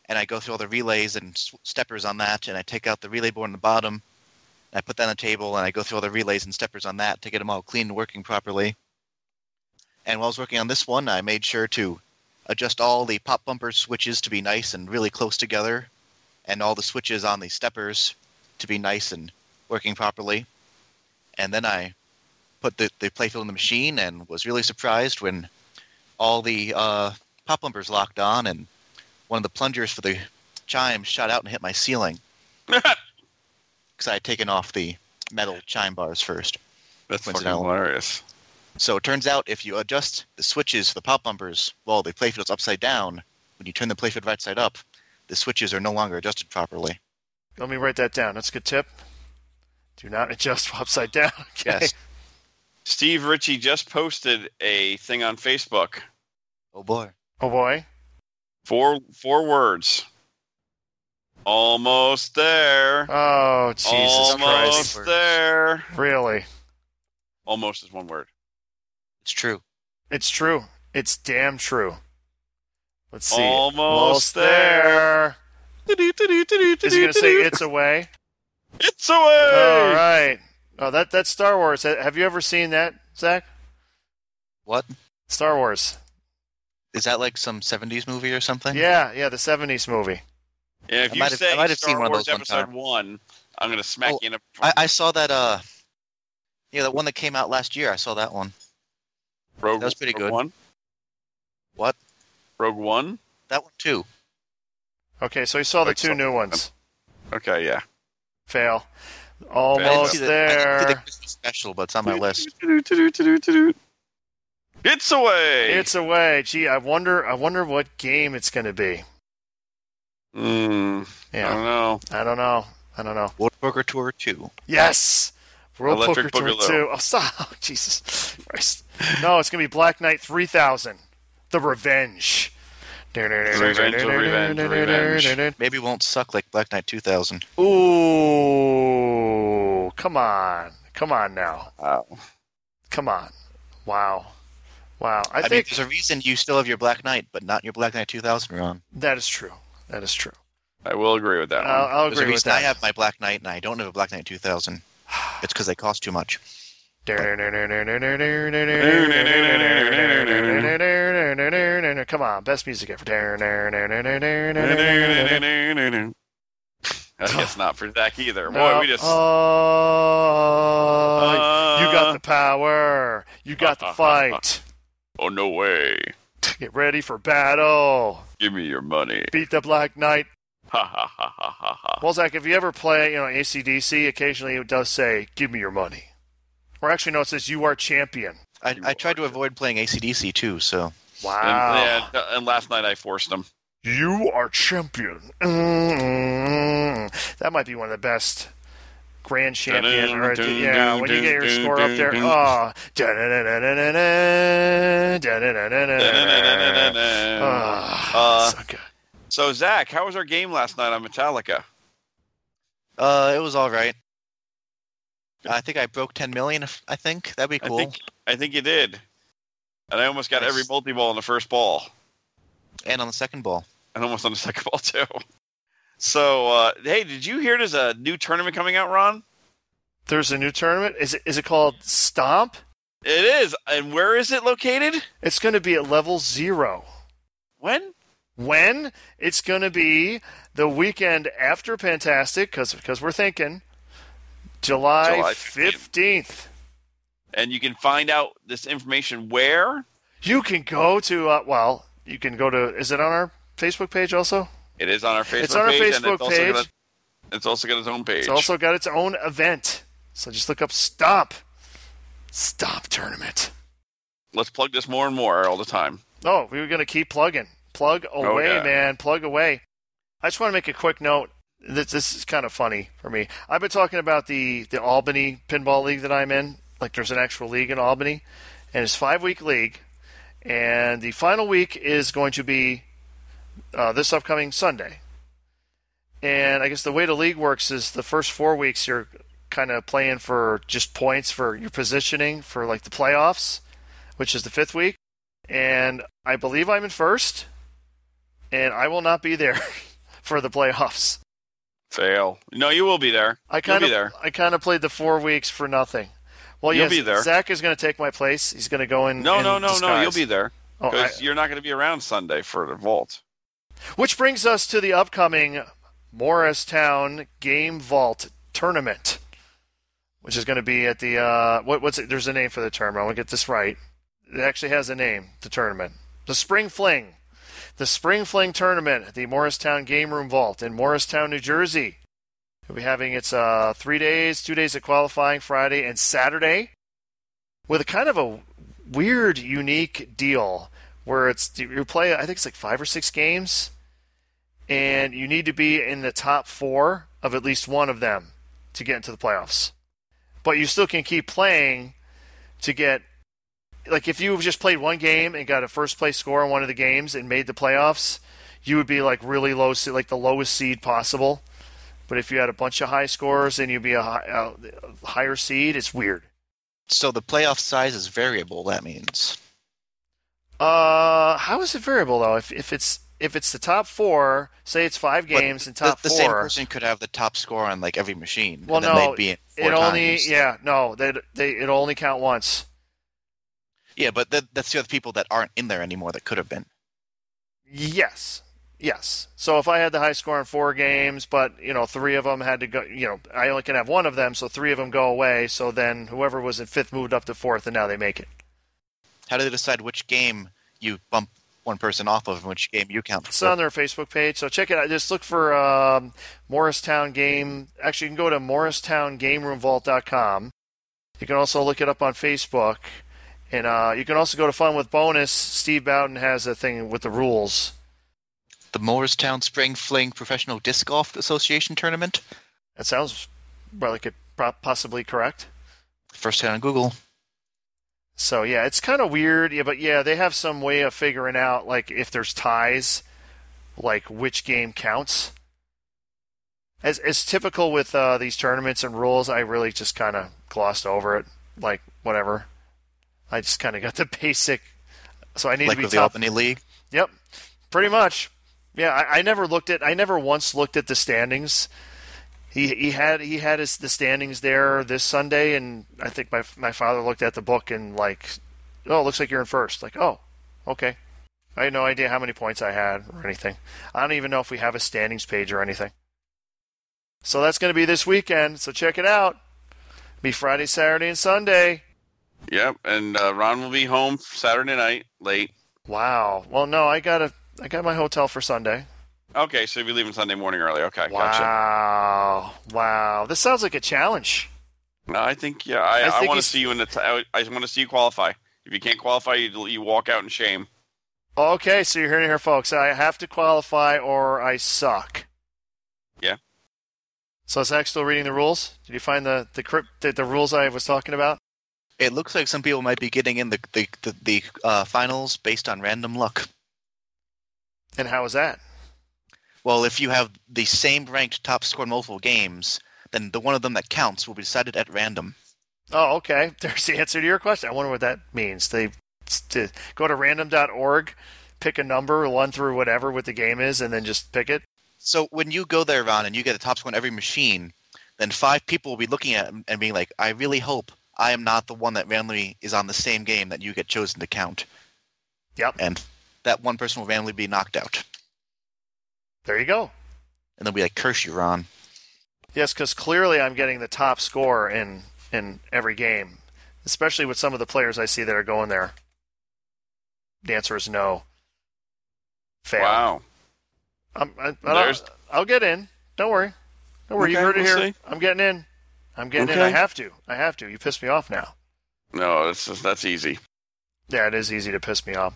and I go through all the relays and s- steppers on that, and I take out the relay board on the bottom, and I put that on the table, and I go through all the relays and steppers on that to get them all clean and working properly. And while I was working on this one, I made sure to adjust all the pop bumper switches to be nice and really close together, and all the switches on the steppers to be nice and working properly. And then I put the, the playfield in the machine and was really surprised when all the uh, pop bumpers locked on and one of the plungers for the chime shot out and hit my ceiling because I had taken off the metal chime bars first.
That's fucking
Coincidental.
hilarious.
So it turns out if you adjust the switches for the pop bumpers while the playfield's upside down, when you turn the playfield right side up, the switches are no longer adjusted properly.
Let me write that down. That's a good tip. Do not adjust [LAUGHS] upside down. Okay.
Yes.
Steve Ritchie just posted a thing on Facebook.
[LAUGHS] Oh boy.
Oh boy.
Four four words. Almost there.
Oh Jesus
Almost
Christ.
there.
Really?
Almost is one word.
It's true.
It's true. It's damn true. Let's see.
Almost
there. Is he gonna say it's
[LAUGHS]
away?
It's away.
All right. Oh, that that's Star Wars. Ha- Have you ever seen that, Zach?
What?
Star Wars.
Is that like some 70s movie or something?
Yeah, yeah, the '70s movie.
Yeah, if
I
you
might have-
say
I might have
Star
seen one of
Wars
those one
episode
time.
one, I'm gonna smack
Oh,
you in a.
I, I saw that, uh, yeah, that one that came out last year. I saw that one.
Rogue,
that was pretty
Rogue
good.
One.
What?
Rogue One.
That one too.
Okay, so he saw the
Like
two
some-
new ones.
Okay, yeah.
Fail.
I didn't
Almost
see the- I didn't see the
there.
Christmas special, but it's on my list.
It's away.
It's away. Gee, I wonder. I wonder what game it's going to be.
Mm, I
Yeah,
don't know.
I don't know. I don't know.
World Poker Tour 2.
Yes, World
Electric
Poker
Boogaloo.
Tour Two. Oh, [LAUGHS] stop! Oh, Jesus Christ! No, it's going to be Black Knight Three Thousand, The Revenge.
revenge, revenge, revenge.
Maybe it won't suck like Black Knight 2000.
Ooh, come on, come on now,
Wow.
come on! Wow, wow! I,
I, mean,
think
there's a reason you still have your Black Knight, but not your Black Knight 2000 run.
that is true. That is true.
I will agree with that.
I'll,
one.
I'll
Um, There's a
agree with
reason
that.
I have my Black Knight and I don't have a Black Knight 2000. It's because they cost too much.
Come on, best music ever. [LAUGHS]
I guess not for Zach either. Boy,
No.
we just.
Oh, you got
Uh,
the power. You got
[LAUGHS]
the fight.
Oh no way!
Get ready for battle.
Give me your money.
Beat the Black Knight.
Ha ha ha ha ha ha.
Well, Zach, if you ever play, you know, ACDC, occasionally it does say, give me your money. Or actually, no, it says, you are champion.
I, I tried to avoid playing ACDC too, so.
Wow.
And, yeah, and last night I forced him.
You are champion. mm That might be one of the best grand champion.
Dun-dun,
Or,
dun-dun,
yeah, when you get your
dun-dun,
score up there.
dun-dun.
Oh. Dun-dun-dun-dun-dun, dun-dun-dun-dun-dun. Ah,
Uh,
so good.
So Zach, how was our game last night on Metallica?
Uh, it was alright. I think I broke 10 million, if- I think. That'd be
I
cool.
think I think you did, and I almost got
Nice.
every multi ball on the first ball,
And on the second ball.
and almost on the [LAUGHS] second ball too. So uh, hey, did you hear there's a new tournament coming out, Ron?
There's a new tournament. Is it, is it called Stomp?
It is, and where is it located?
It's going to be at level zero.
When?
When? It's going to be the weekend after Fantastic, because we're thinking July,
July 15th.
15th.
And you can find out this information where
You can go to uh, well, you can go to is it on our Facebook page also?
it is on our Facebook.
It's on our
page, and
Facebook
it's also
page.
Got a- it's also got its own page.
It's also got its own event. So just look up Stomp. Stomp tournament.
Let's plug this more and more all the time.
Oh, we were gonna keep plugging. Plug away,
yeah.
man. Plug away. I just want to make a quick note. This, this is kind of funny for me. I've been talking about the, the Albany pinball league that I'm in. Like there's an actual league in Albany, and it's five week league, and the final week is going to be uh, this upcoming Sunday. And I guess the way the league works is the first four weeks you're kind of playing for just points for your positioning for like the playoffs, which is the fifth week and I believe I'm in first, and I will not be there [LAUGHS] for the playoffs.
Fail. No, you will be there.
I
You'll
kind
be
of
there.
I kind of played the four weeks for nothing. Well,
You'll
yes,
be there.
Zach is going to take my place. He's going to go in.
No,
in
no, no, no.
disguise.
You'll be there
Oh, I-
because you're not going to be around Sunday for the vault.
Which brings us to the upcoming Morristown Game Vault tournament, which is going to be at the uh, what, what's it? There's a name for the tournament. I want to get this right. It actually has a name. The tournament, the Spring Fling, the Spring Fling tournament at the Morristown Game Room Vault in Morristown, New Jersey. We'll be having its uh, three days, two days of qualifying Friday and Saturday, with a kind of a weird, unique deal where it's you play. I think it's like five or six games and you need to be in the top four of at least one of them to get into the playoffs. But you still can keep playing to get, like, if you just played one game and got a first place score in one of the games and made the playoffs, you would be like really low, se- like the lowest seed possible. But if you had a bunch of high scores and you'd be a, high, a higher seed, it's weird.
So the playoff size is variable. That means
Uh, how is it variable though? If if it's if it's the top four, say it's five
But
games and
the-
top
The,
four,
same person could have the top score on like every machine.
Well,
and then
no,
they'd be in four
it only
times.
yeah no they they it only count once.
yeah. But that, that's the other people that aren't in there anymore that could have been.
Yes, yes. So if I had the high score in four games, but you know three of them had to go, you know I only can have one of them, so three of them go away. So then whoever was in fifth moved up to fourth, and now they make it.
How do they decide which game you bump one person off of and which game you count?
It's
for?
on their Facebook page, so check it out. Just look for um, Morristown Game. Actually, you can go to morristowngameroomvault.com. You can also look it up on Facebook. And uh, you can also go to Fun with Bonus. Steve Bowden has a thing with the rules.
the Morristown Spring Fling Professional Disc Golf Association tournament.
That sounds well, like it pro- possibly correct.
First hit on Google.
So yeah, it's kind of weird. Yeah, but yeah, they have some way of figuring out like if there's ties, like which game counts. As as typical with uh, these tournaments and rules, I really just kind of glossed over it. Like whatever, I just kind of got the [LAUGHS] basic. So I need to
Like
be
with
top.
the Albany League.
Yep, pretty much. Yeah, I, I never looked at. I never once looked at the standings. He he had he had his the standings there this Sunday, and I think my my father looked at the book and like, oh, it looks like you're in first. Like, oh, okay. I had no idea how many points I had or anything. I don't even know if we have a standings page or anything. So that's going to be this weekend. So check it out. Be Friday, Saturday, and Sunday.
Yep, and uh, Ron will be home Saturday night late.
Wow. Well, no, I got a I got my hotel for Sunday.
Okay, so you'll be leaving Sunday morning early. Okay, gotcha.
Wow. Wow. This sounds like a challenge.
No, I think yeah. I,
I
I, want
think
to
he's-
see you in the. T- I, I want to see you qualify. If you can't qualify, you, you walk out in shame.
Okay, so you're hearing it here, folks. I have to qualify or I suck.
Yeah.
So Zach still reading the rules? Did you find the the, crypt, the, the rules I was talking about?
It looks like some people might be getting in the the, the, the uh, finals based on random luck.
And how was that?
Well, if you have the same ranked top score in multiple games, then the one of them that counts will be decided at random.
Oh, okay. [LAUGHS] There's the answer to your question. I wonder what that means. They s- to go to random.org, pick a number, one through whatever what the game is, and then just pick it.
So when you go there, Ron, and you get the top score on every machine, then five people will be looking at it and being like, "I really hope I am not the one that randomly is on the same game that you get chosen to count."
Yep.
And that one person will randomly be knocked out,
There you go.
and they'll be like, "Curse you, Ron."
Yes, because clearly I'm getting the top score in in every game, especially with some of the players I see that are going there. The answer is no. Fail.
Wow.
I'm, I, I'll,
There's-
I'll get in. Don't worry. Don't worry. you
Okay,
heard it
we'll
here.
see.
I'm getting in. I'm getting in.
Okay.
I have to. I have to. You pissed me off now.
No, that's just, that's easy.
Yeah, it is easy to piss me off.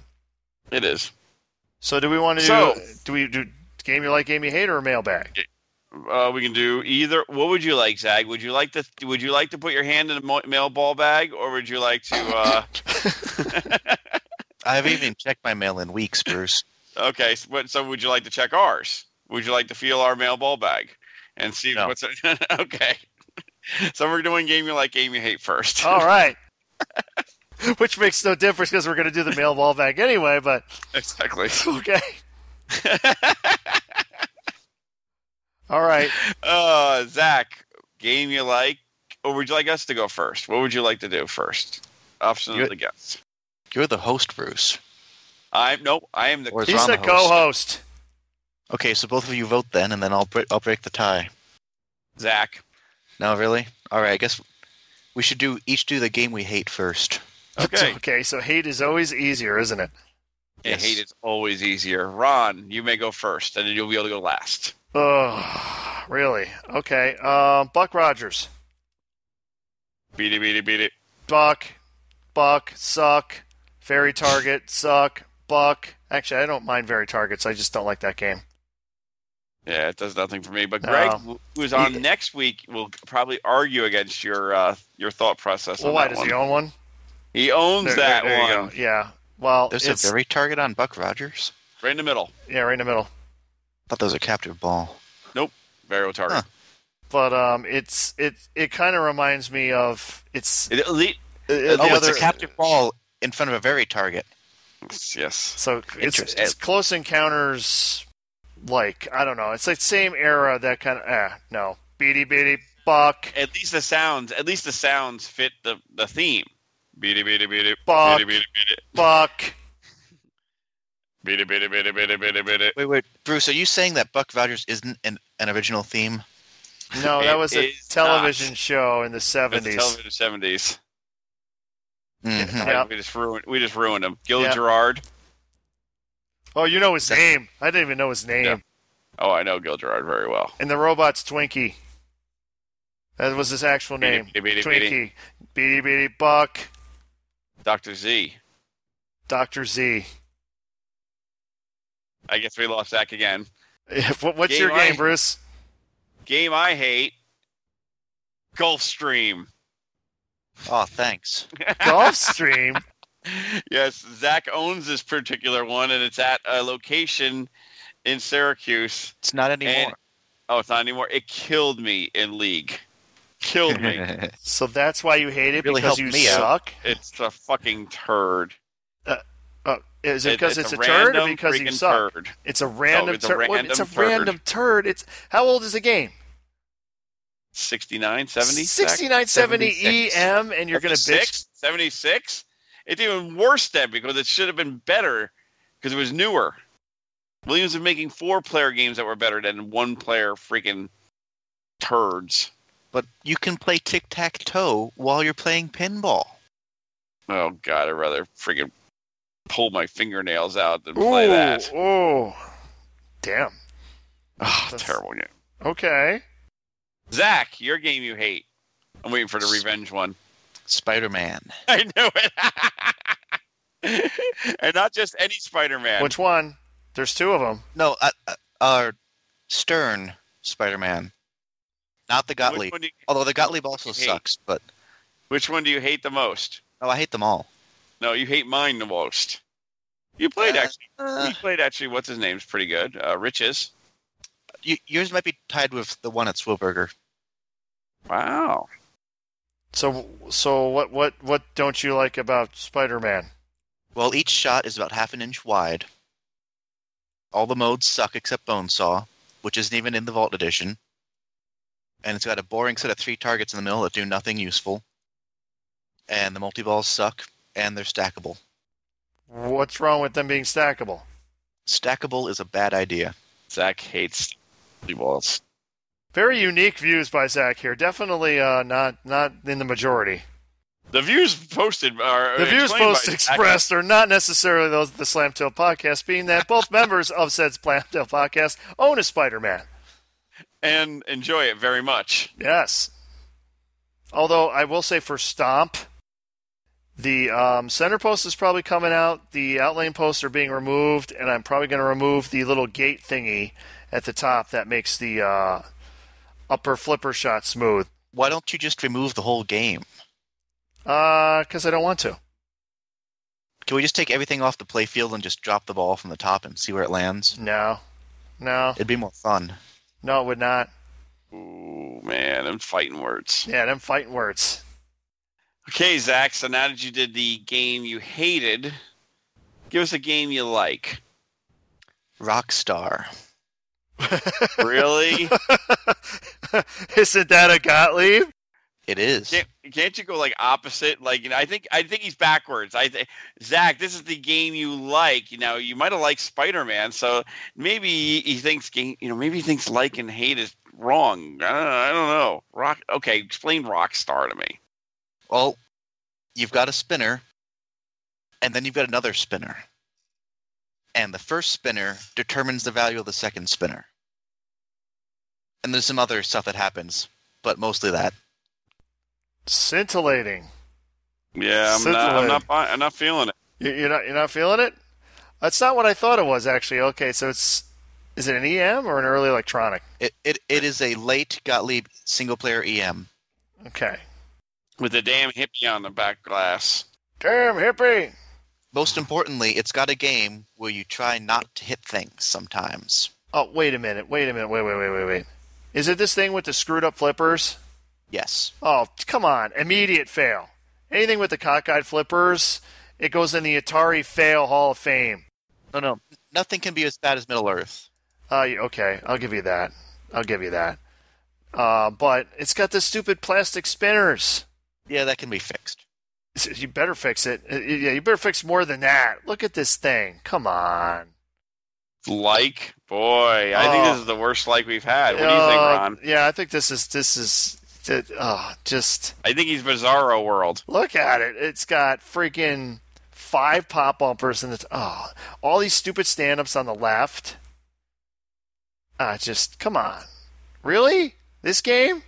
It is.
So do we want to
So-
do we do game you like, game you hate, or mailbag?
Uh, we can do either. What would you like, Zag? Would you like to? Would you like to put your hand in a mo- mail ball bag, or would you like to? Uh,
I haven't even checked my mail in weeks, Bruce.
okay, so, what- so would you like to check ours? Would you like to feel our mail ball bag and see
No.
what's? [LAUGHS]
Oh.
okay. So we're doing game you like, game you hate first.
All right. Which makes no difference because we're going to do the mail ball back anyway, but
[LAUGHS] Exactly.
okay. All right.
uh, Zach, game you like, or would you like us to go first? What would you like to do first? Option
You-
of the guests.
You're the host, Bruce.
I'm no, I am the.
Or is
He's
Ron
the
host?
co host.
Okay, so both of you vote then, and then I'll break, I'll break the tie.
[LAUGHS] Zach.
No, really? All right, I guess we should do each do the game we hate first.
Okay.
[LAUGHS] Okay, so hate is always easier, isn't it?
Yeah,
[LAUGHS] Yes.
hate is always easier. Ron, you may go first, and then you'll be able to go last.
Oh, really? Okay. Uh, Buck Rogers.
Beat it, beat it, beat it.
Buck. Buck. Suck. Fairy Target. Suck. Buck. Actually, I don't mind Fairy Targets. I just don't like that game.
Yeah, it does nothing for me. But
No.
Greg, who- who's on next week, will probably argue against your uh, your thought process.
Well,
on
why
that
does
one.
he own one?
He owns
There-
that
there- there you
one,
go. Yeah.
Oh,
Well,
There's
it's
a very target on Buck Rogers.
right in the middle.
yeah, right in the middle.
thought that was a captive ball.
Very target.
Huh.
But um, it's it it kind of reminds me of it's
It- elite-
uh,
oh,
the
it's
other
a captive ball in front of a very target.
Yes.
so it's,
Interesting.
it's Close Encounters like I don't know. It's like same era that kind of eh, no beady beady buck
At least the sounds. At least the sounds fit the the theme. Beat it, beat it, beat it.
Fuck.
Beat it, beat it, beat it.
buck.
Beat it, beat it, beat it, beat it, beat it, beat it.
Wait, wait, Bruce, are you saying that Buck Rogers isn't an, an original theme?
No, that
It
was a
is
television
not.
show in the
That's the
seventies.
television seventies.
Mhm.
Yeah.
We just ruined. We just ruined him. Gil
Yeah.
Gerard.
Oh, you know his name. I didn't even know his name.
Yeah. Oh, I know Gil Gerard very well.
And the robot's Twinkie. That was his actual
Beady,
name.
beady, beady, beady.
Twinkie. Beady beady buck.
Doctor Z.
Doctor Z. [LAUGHS]
I guess we lost Zach again.
What- What's
Game
your
I-
game,
[LAUGHS]
Bruce?
Game I hate. Gulfstream.
Oh, thanks.
Gulfstream.
yes, Zach owns this particular one, and it's at a location in Syracuse.
It's not anymore.
And- Oh, it's not anymore. It killed me in league. Killed
[LAUGHS]
me.
So that's why you hate it
Really
because
helped
you
me out.
suck.
it's a fucking turd.
Uh, is it
It-
because it's, a, turd or
random
because you
freaking
suck?
turd.
It's a random
it's a
turd. Wait, it's a
random turd.
random turd. It's how old is the game?
69, 70?
69, 70
76.
EM, E and you're gonna bitch.
76? 76? It's even worse then because it should have been better because it was newer. Williams was making four player games that were better than one player freaking turds.
but you can play tic tac toe while you're playing pinball.
Oh, God, I'd rather freaking pull my fingernails out than
Ooh,
play that.
oh, damn.
Oh,
That's-
terrible game.
Okay.
Zach, your game you hate. I'm waiting for the revenge one. [LAUGHS]
Spider Man.
I knew it. [LAUGHS] and not just any Spider-Man.
Which one? There's two of them.
No, uh, uh, uh, Stern Spider Man. Not the
Which
Gottlieb.
one, do you,
Although the Gottlieb also
hate?
sucks, but
which one do you hate the most?
oh, I hate them all.
No, you hate mine the most. You played
Uh,
actually.
Uh,
you played actually. What's his name's pretty good. Uh, Riches.
y- yours might be tied with the one at Swilberger.
Wow.
So, so what, what, what don't you like about Spider-Man?
Well, each shot is about half an inch wide. All the modes suck except Bonesaw, which isn't even in the Vault Edition. And it's got a boring set of three targets in the middle that do nothing useful. And the multi balls suck, and they're stackable.
What's wrong with them being stackable?
Stackable is a bad idea.
Zach hates blue balls.
Very unique views by Zach here. Definitely uh, not not in the majority.
The views posted are
The views
Oh, explained by
most
Zach.
expressed are not necessarily those of the Slamtail podcast, being
[LAUGHS]
that both members of said Slamtail podcast own a Spider-Man.
and enjoy it very much.
Yes. Although I will say for Stomp, the um, center post is probably coming out. The outlane posts are being removed, and I'm probably going to remove the little gate thingy at the top that makes the uh, upper flipper shot smooth.
Why don't you just remove the whole game?
Because Uh, I don't want to.
Can we just take everything off the playfield and just drop the ball from the top and see where it lands?
No, no,
It'd be more fun.
no, it would not.
Ooh man, I'm fighting words.
Yeah, them fighting words.
Okay, Zach. So now that you did the game you hated, give us a game you
[LAUGHS]
like.
Rockstar.
Really?
[LAUGHS] Isn't that a Gottlieb?
It is.
can't, can't you go like opposite? Like, you know, I think I think he's backwards. I think Zach, this is the game you like. You know, you might have liked Spider Man, so maybe he- he thinks game. You know, maybe he thinks like and hate is wrong. I don't, I don't know. Rock. Okay, explain Rockstar to me.
Well, you've got a spinner, and then you've got another spinner. And the first spinner determines the value of the second spinner. And there's some other stuff that happens, but mostly that.
Scintillating.
Yeah, I'm not. I'm not. buy- I'm not feeling it.
You- You're not you're not feeling it? That's not what I thought it was actually. Okay, so it's is it an EM or an early electronic?
It, it, it is a late Gottlieb E single player EM.
Okay.
With the damn hippie on the back glass.
Damn hippie.
Most importantly, it's got a game where you try not to hit things sometimes.
Oh, wait a minute. Wait a minute. Wait, wait, wait, wait, wait. Is it this thing with the screwed up flippers?
Yes.
Oh, come on. Immediate fail. Anything with the cockeyed flippers, it goes in the Atari Fail Hall of Fame.
No, no. Nothing can be as bad as Middle Earth.
Uh, y- okay, I'll give you that. I'll give you that. Uh, but it's got the stupid plastic spinners. [LAUGHS]
Yeah, that can be fixed.
You better fix it. Uh, Yeah, you better fix more than that. Look at this thing. Come on.
Like, boy, I think
Oh.
this is the worst like we've had. What do you think,
Uh,
Ron?
Yeah, I think this is this is th- oh, just
I think he's Bizarro World.
look at it. It's got freaking five pop bumpers and it's oh, all these stupid stand-ups on the left. Ah, just come on. Really? This game?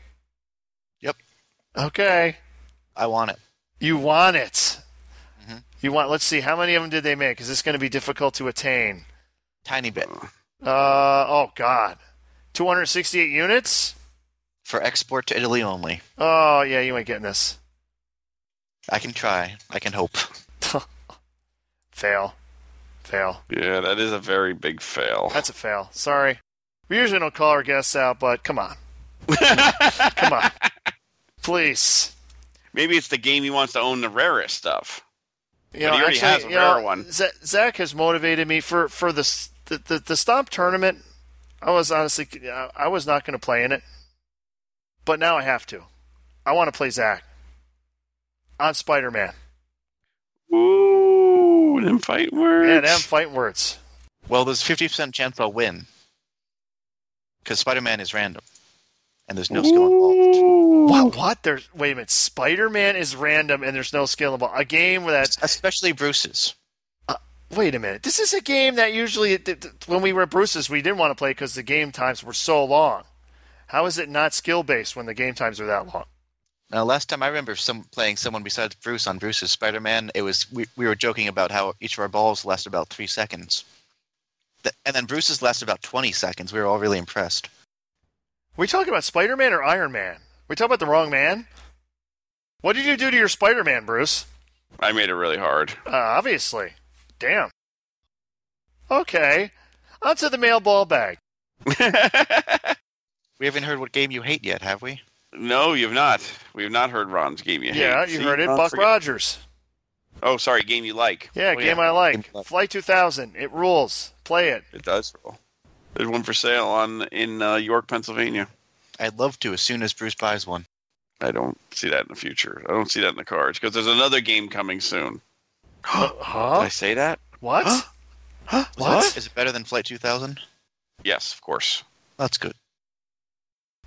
Yep.
Okay.
I want it.
You want it.
Mhm.
You want. Let's see. How many of them did they make? Is this going to be difficult to attain?
Tiny bit.
Uh oh God, 268 units.
For export to Italy only.
Oh yeah, you ain't getting this. [LAUGHS]
I can try. I can hope.
Fail, fail.
Yeah, that is a very big fail.
That's a fail. Sorry. We usually don't call our guests out, but come on, come on, please.
Maybe it's the game he wants to own the rarest stuff.
You
But he already has a
you know,
rare one.
Z- Zach has motivated me for for this the the, the stomp tournament. I was honestly I I was not going to play in it, but now I have to. I want to play Zach on Spider Man.
Ooh, them fight words.
Yeah, damn fighting words.
Well, there's fifty percent chance I'll win because Spider-Man is random, and there's no skill involved.
What? What? There's wait a minute. Spider Man is random and there's no skill involved. A game where that.
Especially Bruce's.
Wait a minute. This is a game that usually th- th- when we were at Bruce's we didn't want to play because the game times were so long. How is it not skill based when the game times are that long?
Now, last time I remember some playing someone besides Bruce on Bruce's Spider-Man, it was we, we were joking about how each of our balls lasted about three seconds, Th- and then Bruce's lasted about twenty seconds. We were all really impressed.
we talking about Spider Man or Iron Man? we talking about the wrong man? What did you do to your Spider Man, Bruce?
I made it really hard. [LAUGHS]
Uh, obviously. Damn. Okay. Onto the mail ball
[LAUGHS]
bag.
We haven't heard what game you hate yet, have we?
no, you've not. We have not heard Ron's game. You
yeah,
hate.
you
See?
heard it.
Ron
Buck
forget-
Rogers.
Oh, sorry, game you like.
Yeah,
Oh,
game
yeah.
I
Game
like.
I like.
Flight 2000. It rules.
[GASPS]
Play it.
It does roll. There's one for sale on in uh, York, Pennsylvania.
I'd love to as soon as Bruce buys one.
I don't see that in the future. I don't see that in the cards because there's another game coming soon. Did I
Uh, Huh?
say that?
What? What?
is it better than Flight 2000?
Yes, of course.
That's good.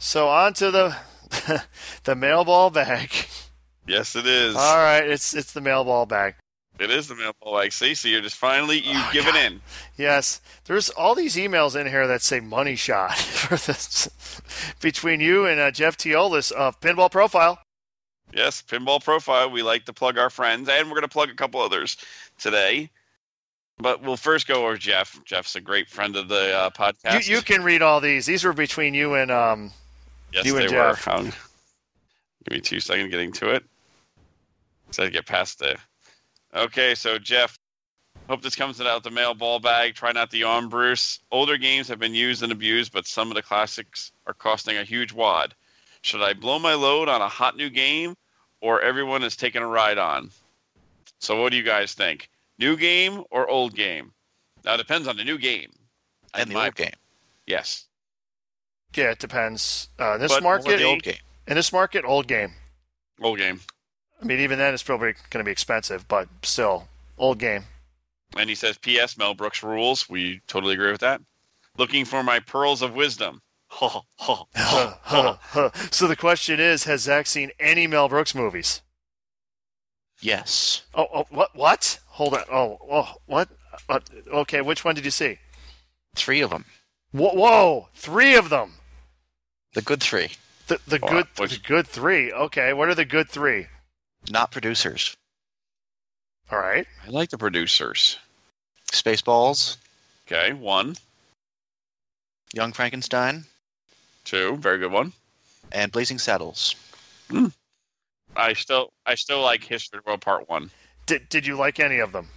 So on to the [LAUGHS] the mail ball bag.
Yes, it is.
All right, it's it's the mail ball bag.
It is the mailbag. Like, see, so you're just finally you've given in.
Yes, there's all these emails in here that say money shot [LAUGHS] for this between you and uh, Jeff Teolis of Pinball Profile.
Yes, Pinball Profile. We like to plug our friends, and we're going to plug a couple others today. But we'll first go over Jeff. Jeff's a great friend of the uh, podcast.
You you can read all these. These were between you and um.
yes,
you
they
and
were.
Jeff.
Um, give me two seconds getting to it. So I get past the. Okay, so Jeff, hope this comes out the mail ball bag. Try not to yawn, Bruce. Older games have been used and abused, but some of the classics are costing a huge wad. Should I blow my load on a hot new game or everyone is taking a ride on. So what do you guys think? New game or old game? Now it depends on the new game.
and the
My-
old game.
Yes.
Yeah, it depends. Uh, in this
But more
Or the
market,
old game.
in this market, old game.
Old game.
I mean, even then, it's probably going to be expensive, but still, old game. [LAUGHS]
And he says, P.S. Mel Brooks rules. We totally agree with that. Looking for my pearls of wisdom. [LAUGHS] Ho, ho, [LAUGHS] ho, ho.
so the question is, has Zach seen any Mel Brooks movies?
Yes.
Oh, oh what? What? Hold on. Oh, oh what? Uh, okay, which one did you see?
Three of them.
Whoa, whoa three of them.
The good three.
The, the
Wow,
good,
which-
the good three. Okay, what are the good three?
Not producers.
All right.
I like the producers.
Spaceballs,
Okay, one,
Young Frankenstein,
two, very good one.
and Blazing Saddles.
I still, I still like History of the World Part One.
Did Did you like any of them?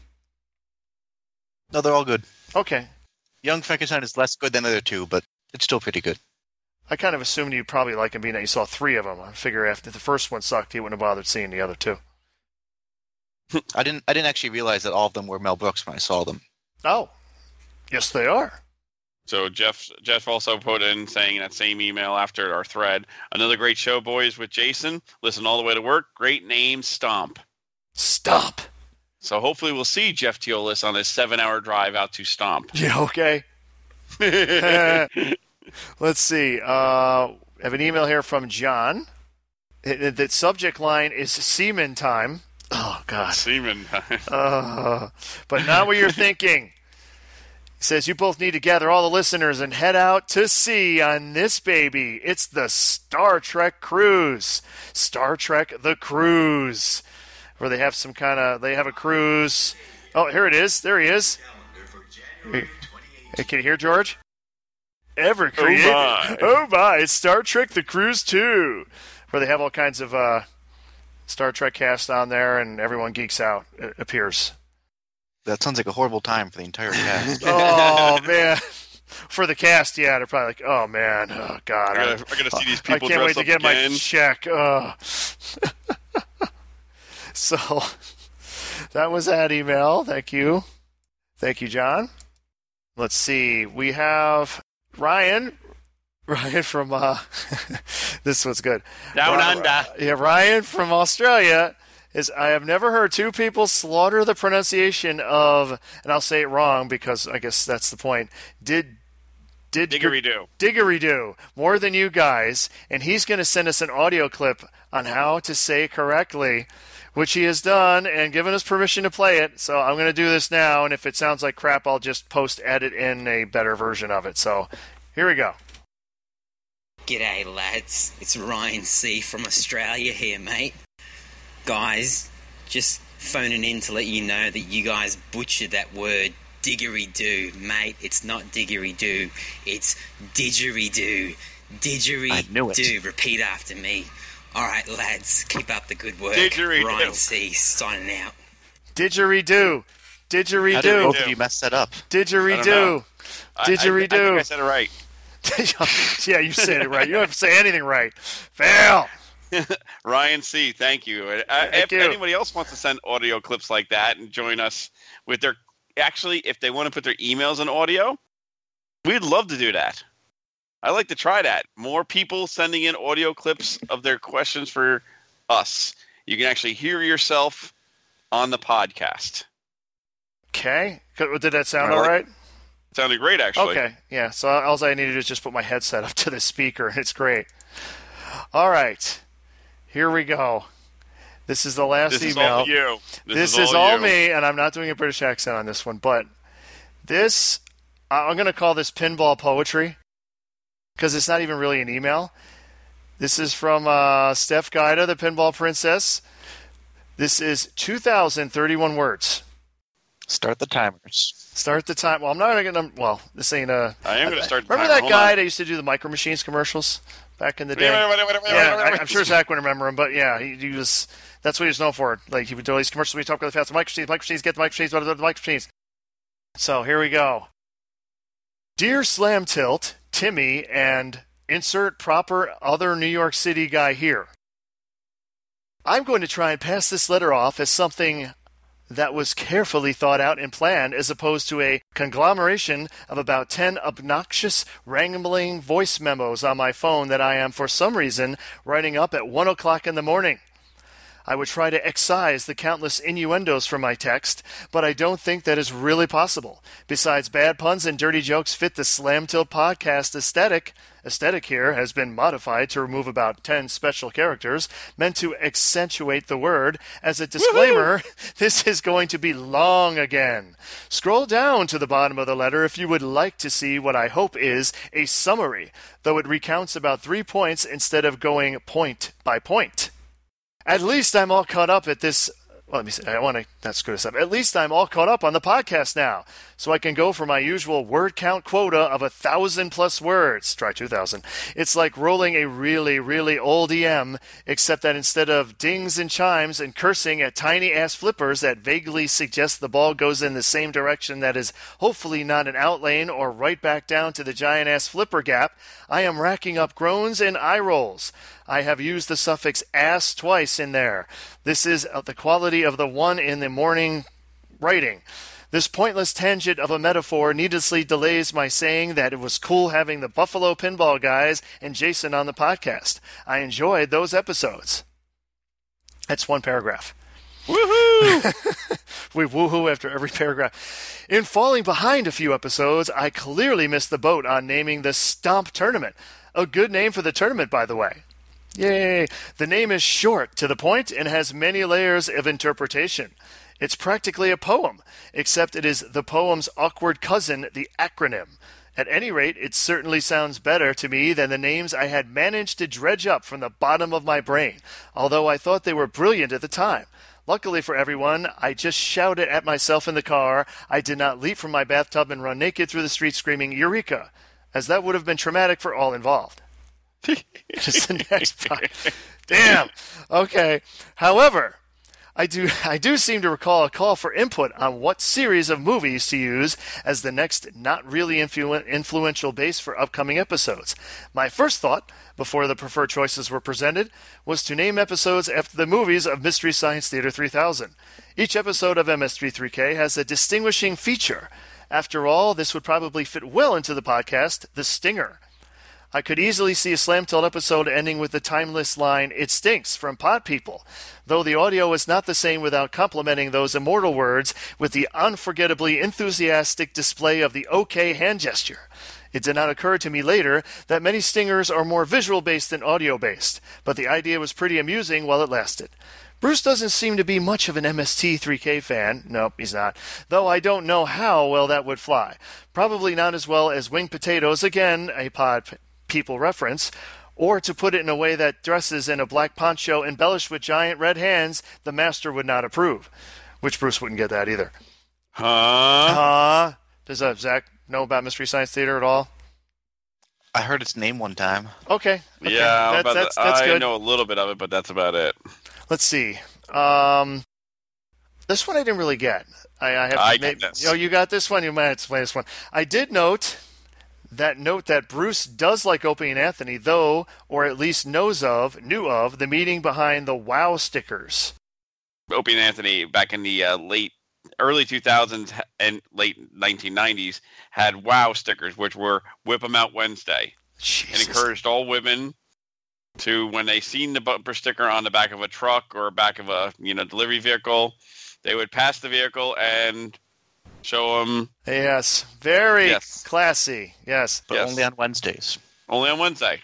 No, they're all good.
Okay,
Young Frankenstein is less good than the other two, but it's still pretty good.
I kind of assumed you probably like him being that you saw three of them. I figure after the first one sucked, he wouldn't have bothered seeing the other two.
I didn't. I didn't actually realize that all of them were Mel Brooks when I saw them.
Oh, yes, they are.
So Jeff, Jeff also put in saying in that same email after our thread, another great show, boys, with Jason. Listen all the way to work. Great name, Stomp.
Stop. [LAUGHS]
So hopefully we'll see Jeff Teolis on his seven-hour drive out to [LAUGHS] Stomp.
Yeah. Okay. [LAUGHS] Let's see. Uh, I have an email here from John. It- it- The subject line is semen time. Oh God.
Seaman.
Uh, but not what you're thinking. He says you both need to gather all the listeners and head out to sea on this baby. It's the Star Trek cruise. Star Trek the cruise, where they have some kind of they have a cruise. Oh, here it is. There he is. Hey, Can you hear George? Ever created?
my.
Oh my! It's Star Trek the cruise too, where they have all kinds of uh, Star Trek cast on there, and everyone geeks out. It appears.
That sounds like a horrible time for the entire [LAUGHS] cast.
Oh man! [LAUGHS] For the cast, yeah, they're probably like, "Oh man, oh god,
I gotta, I gotta see these
I
people
can't wait
dressed
to
up
get
again.
my check." Ugh. [LAUGHS] so that was that email. Thank you, thank you, John. Let's see. We have Ryan. [LAUGHS] Ryan from uh, [LAUGHS] this one's good.
Down
Ri-
under.
Yeah, Ryan from Australia is. I have never heard two people slaughter the pronunciation of, and I'll say it wrong because I guess that's the point. Did did
Diggory do.
Diggory do more than you guys, and he's going to send us an audio clip on how to say it correctly, which he has done and given us permission to play it. So I'm going to do this now, and if it sounds like crap, I'll just post edit in a better version of it. So here we go.
G'day, lads. It's Ryan C from Australia here, mate. Guys, just phoning in to let you know that you guys butchered that word didgeridoo, mate. It's not didgeridoo, it's didgeridoo. Didgeridoo.
I knew it.
Repeat after me. All right, lads, keep up the good work.
Didgeridoo.
Ryan C signing out.
Didgeridoo,
How did
didgeridoo,
both of you mess that up?
I don't know.
didgeridoo.
I- I- I,
Didgeridoo.
think I said it right.
[LAUGHS] yeah, you said it right. You don't have to say anything right. Fail.
Ryan C. Thank you. Uh, if
you.
anybody else wants to send audio clips like that and join us with their, actually, if they want to put their emails in audio, we'd love to do that. I like to try that. More people sending in audio clips of their questions for us. You can actually hear yourself on the podcast.
Okay. Did that sound
I
all
like-
right?
Sounded great, actually.
Okay, yeah. So all I need to do is just put my headset up to the speaker, and it's great. All right, here we go. This is the last
This is
email.
all you. This,
This, is, all, me, and I'm not doing a British accent on this one, but this I- I'm going to call this pinball poetry because it's not even really an email. This is from uh, Steph Guida, the pinball princess. This is 2,031 words.
Start the timers.
Start the time. Well, I'm not going to. Well, this ain't a.
I am going to start. the
Remember
timer.
that
Hold
guy
on.
that used to do the Micro Machines commercials back in the day?
Wait, wait, wait, wait, wait,
yeah,
wait,
I,
wait.
I'm sure Zach would remember him, but yeah, he, he was. That's what he was known for. Like he would do all these commercials. We talk really fast. The Micro Machines, Micro Machines, get the Micro Machines, blah, blah, blah, the Micro Machines. So here we go. Dear Slam Tilt, Timmy, and insert proper other New York City guy here. I'm going to try and pass this letter off as something that was carefully thought out and planned as opposed to a conglomeration of about 10 obnoxious, wrangling voice memos on my phone that I am, for some reason, writing up at 1 o'clock in the morning. I would try to excise the countless innuendos from my text, but I don't think that is really possible. Besides, bad puns and dirty jokes fit the Slam Till podcast aesthetic. Aesthetic here has been modified to remove about 10 special characters meant to accentuate the word. As a disclaimer, [LAUGHS] this is going to be long again. Scroll down to the bottom of the letter if you would like to see what I hope is a summary, though it recounts about three points instead of going point by point. At least I'm all caught up at this. Well, let me see. I want to not screw this up. At least I'm all caught up on the podcast now, so I can go for my usual word count quota of a thousand plus words. Try two thousand. It's like rolling a really, really old EM, except that instead of dings and chimes and cursing at tiny ass flippers that vaguely suggest the ball goes in the same direction that is hopefully not an out lane or right back down to the giant ass flipper gap, I am racking up groans and eye rolls. I have used the suffix ass twice in there. This is of the quality of the one in the morning writing. This pointless tangent of a metaphor needlessly delays my saying that it was cool having the Buffalo Pinball guys and Jason on the podcast. I enjoyed those episodes. That's one paragraph. [LAUGHS] We woohoo after every [LAUGHS] paragraph. In falling behind a few episodes, I clearly missed the boat on naming the Stomp Tournament. A good name for the tournament, by the way. Yay! The name is short, to the point, and has many layers of interpretation. It's practically a poem, except it is the poem's awkward cousin, the acronym. At any rate, it certainly sounds better to me than the names I had managed to dredge up from the bottom of my brain, although I thought they were brilliant at the time. Luckily for everyone, I just shouted at myself in the car. I did not leap from my bathtub and run naked through the street screaming, Eureka! as that would have been traumatic for all involved. [LAUGHS] Just the next part. Damn. Okay. However, I do [LAUGHS] I do seem to recall a call for input on what series of movies to use as the next not really influ- influential base for upcoming episodes. My first thought before the preferred choices were presented was to name episodes after the movies of Mystery Science Theater 3000. Each episode of MS33K has a distinguishing feature. After all, this would probably fit well into the podcast, The Stinger. I could easily see a Slam Tilt episode ending with the timeless line, It stinks, from Pod People, though the audio is not the same without complementing those immortal words with the unforgettably enthusiastic display of the OK hand gesture. It did not occur to me later that many stingers are more visual based than audio based, but the idea was pretty amusing while it lasted. Bruce doesn't seem to be much of an MST3K fan. Nope, he's not. Though I don't know how well that would fly. Probably not as well as Winged Potatoes, again, a pod p- people reference, or to put it in a way that dresses in a black poncho embellished with giant red hands, the master would not approve. Which Bruce wouldn't get that either.
Huh?
Uh, does uh, Zach know about Mystery Science Theater at all?
I heard its name one time.
Okay. okay.
Yeah,
that's,
about
that's,
that.
that's
I
good.
know a little bit of it, but that's about it.
Let's see. Um, this one I didn't really get. I, I have.
I
may-
got this.
Oh, you got this one. You might explain this one. I did note that note that Bruce does like Opie and Anthony, though, or at least knows of, knew of the meeting behind the Wow stickers.
Opie and Anthony back in the uh, late early 2000s and late 1990s had wow stickers which were whip 'em out wednesday and
Jesus.
encouraged all women to when they seen the bumper sticker on the back of a truck or back of a you know delivery vehicle they would pass the vehicle and show them
Yes, very
Yes.
classy. Yes.
But
Yes.
only on Wednesdays.
only on wednesday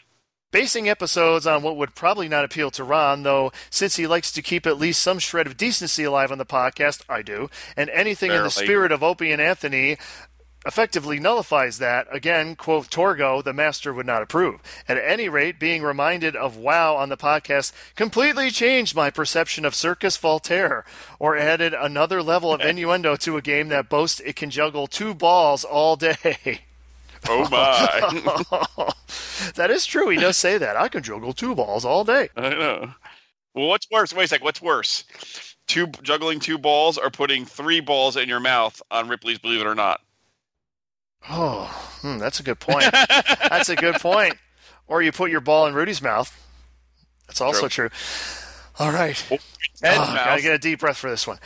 Basing episodes on what would probably not appeal to Ron, though, since he likes to keep at least some shred of decency alive on the podcast, I do, and anything in the
Barely.
spirit of Opie and Anthony effectively nullifies that. Again, quote Torgo, the master would not approve. At any rate, being reminded of WoW on the podcast completely changed my perception of Circus Voltaire, or added another level of innuendo to a game that boasts it can juggle two balls all day. [LAUGHS]
oh my
that is true. He does say that. I can juggle two balls all day.
I know. Well, what's worse? Wait a sec. What's worse? Two juggling two balls or putting three balls in your mouth on Ripley's Believe It or Not?
Oh, hmm, that's a good point. that's a good point. Or you put your ball in Rudy's mouth. That's also true. All right.
Head,
Ah,
mouth.
gotta get a deep breath for this one.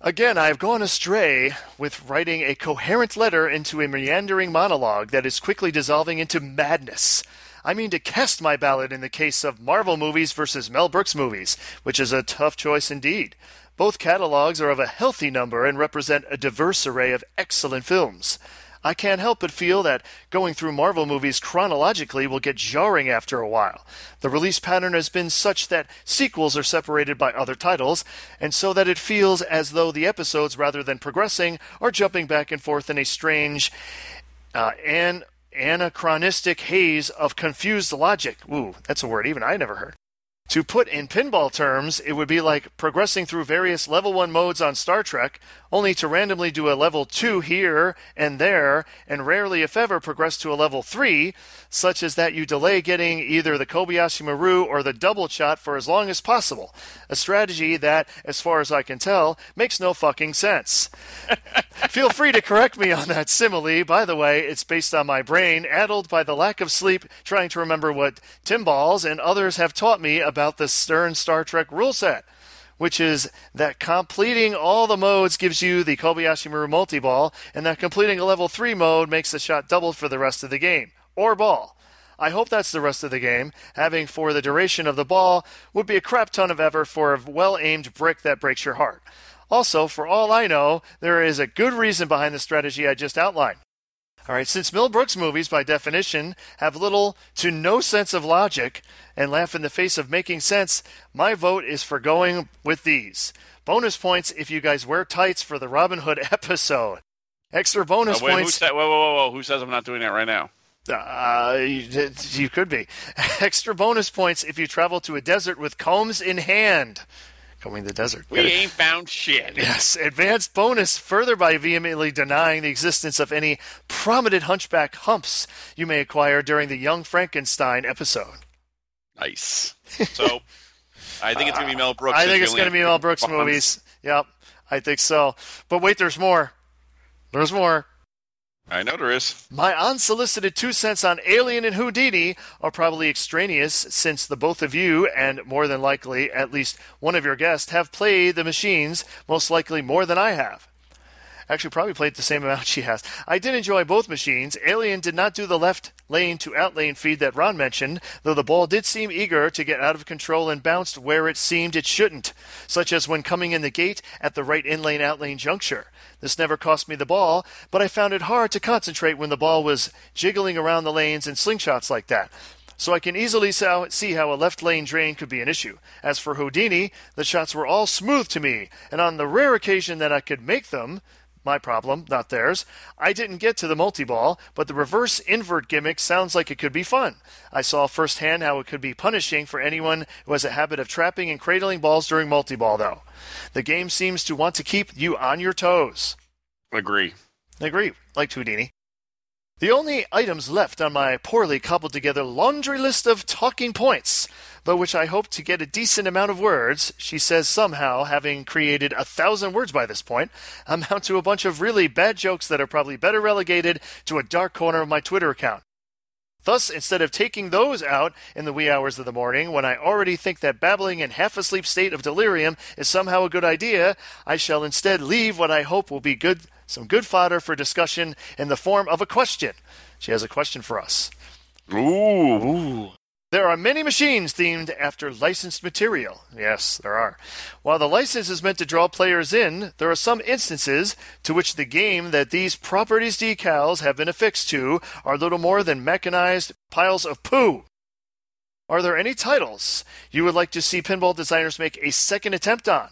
Again, I have gone astray with writing a coherent letter into a meandering monologue that is quickly dissolving into madness. I mean to cast my ballot in the case of Marvel movies versus Mel Brooks movies, which is a tough choice indeed. Both catalogs are of a healthy number and represent a diverse array of excellent films. I can't help but feel that going through Marvel movies chronologically will get jarring after a while. The release pattern has been such that sequels are separated by other titles, and so that it feels as though the episodes, rather than progressing, are jumping back and forth in a strange uh, an anachronistic haze of confused logic. Ooh, that's a word even I never heard. To put in pinball terms, it would be like progressing through various level 1 modes on Star Trek, only to randomly do a level 2 here and there, and rarely, if ever, progress to a level 3, such as that you delay getting either the Kobayashi Maru or the double shot for as long as possible. A strategy that, as far as I can tell, makes no fucking sense. Feel free to correct me on that simile. By the way, it's based on my brain, addled by the lack of sleep, trying to remember what Tim Balls and others have taught me about the stern Star Trek rule set, which is that completing all the modes gives you the Kobayashi Maru multi ball, and that completing a level 3 mode makes the shot doubled for the rest of the game, or ball. I hope that's the rest of the game. Having for the duration of the ball would be a crap ton of effort for a well aimed brick that breaks your heart. Also, for all I know, there is a good reason behind the strategy I just outlined. All right, since Mel Brooks movies, by definition, have little to no sense of logic and laugh in the face of making sense, my vote is for going with these. Bonus points if you guys wear tights for the Robin Hood [LAUGHS] episode. Extra bonus
Uh, wait, who
points.
said, whoa, whoa, whoa, whoa, who says I'm not doing that right now?
Uh, you, you could be. [LAUGHS] Extra bonus points if you travel to a desert with combs in hand. Combing the desert.
We ain't found shit.
Yes, advanced bonus further by vehemently denying the existence of any prominent hunchback humps you may acquire during the Young Frankenstein episode. [LAUGHS]
Nice. So, I think it's gonna be Mel Brooks.
I
if
think
you
it's
only
going to
have
be
two
Mel Brooks
ones.
movies. Yep, I think so. But wait, there's more. There's more.
I know there is.
My unsolicited two cents on Alien and Houdini are probably extraneous since the both of you, and more than likely at least one of your guests, have played the machines, most likely more than I have. Actually, probably played the same amount [LAUGHS] she has. I did enjoy both machines. Alien did not do the left lane to out lane feed that Ron mentioned, though the ball did seem eager to get out of control and bounced where it seemed it shouldn't, such as when coming in the gate at the right in lane out lane juncture. This never cost me the ball, but I found it hard to concentrate when the ball was jiggling around the lanes in slingshots like that. So I can easily so- see how a left lane drain could be an issue. As for Houdini, the shots were all smooth to me, and on the rare occasion that I could make them, my problem, not theirs. I didn't get to the multi ball, but the reverse invert gimmick sounds like it could be fun. I saw firsthand how it could be punishing for anyone who has a habit of trapping and cradling balls during multi ball, though. The game seems to want to keep you on your toes.
Agree.
I agree, like Houdini. The only items left on my poorly cobbled together laundry list of talking points, though which I hope to get a decent amount of words, she says somehow, having created a thousand words by this point, amount to a bunch of really bad jokes that are probably better relegated to a dark corner of my Twitter account. Thus, instead of taking those out in the wee hours of the morning, when I already think that babbling in half asleep state of delirium is somehow a good idea, I shall instead leave what I hope will be good some good fodder for discussion in the form of a question. She has a question for us.
Ooh.
There are many machines themed after licensed material. Yes, there are. While the license is meant to draw players in, there are some instances to which the game that these properties decals have been affixed to are little more than mechanized piles of poo. Are there any titles you would like to see pinball designers make a second attempt on?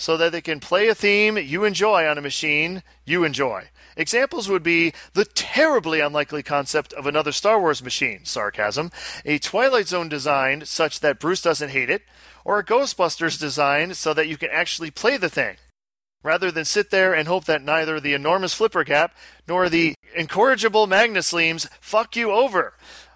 so that they can play a theme you enjoy on a machine you enjoy. Examples would be the terribly unlikely concept of another Star Wars machine, sarcasm, a Twilight Zone design such that Bruce doesn't hate it, or a Ghostbusters design so that you can actually play the thing, rather than sit there and hope that neither the enormous flipper cap nor the incorrigible Magnus Leams fuck you over.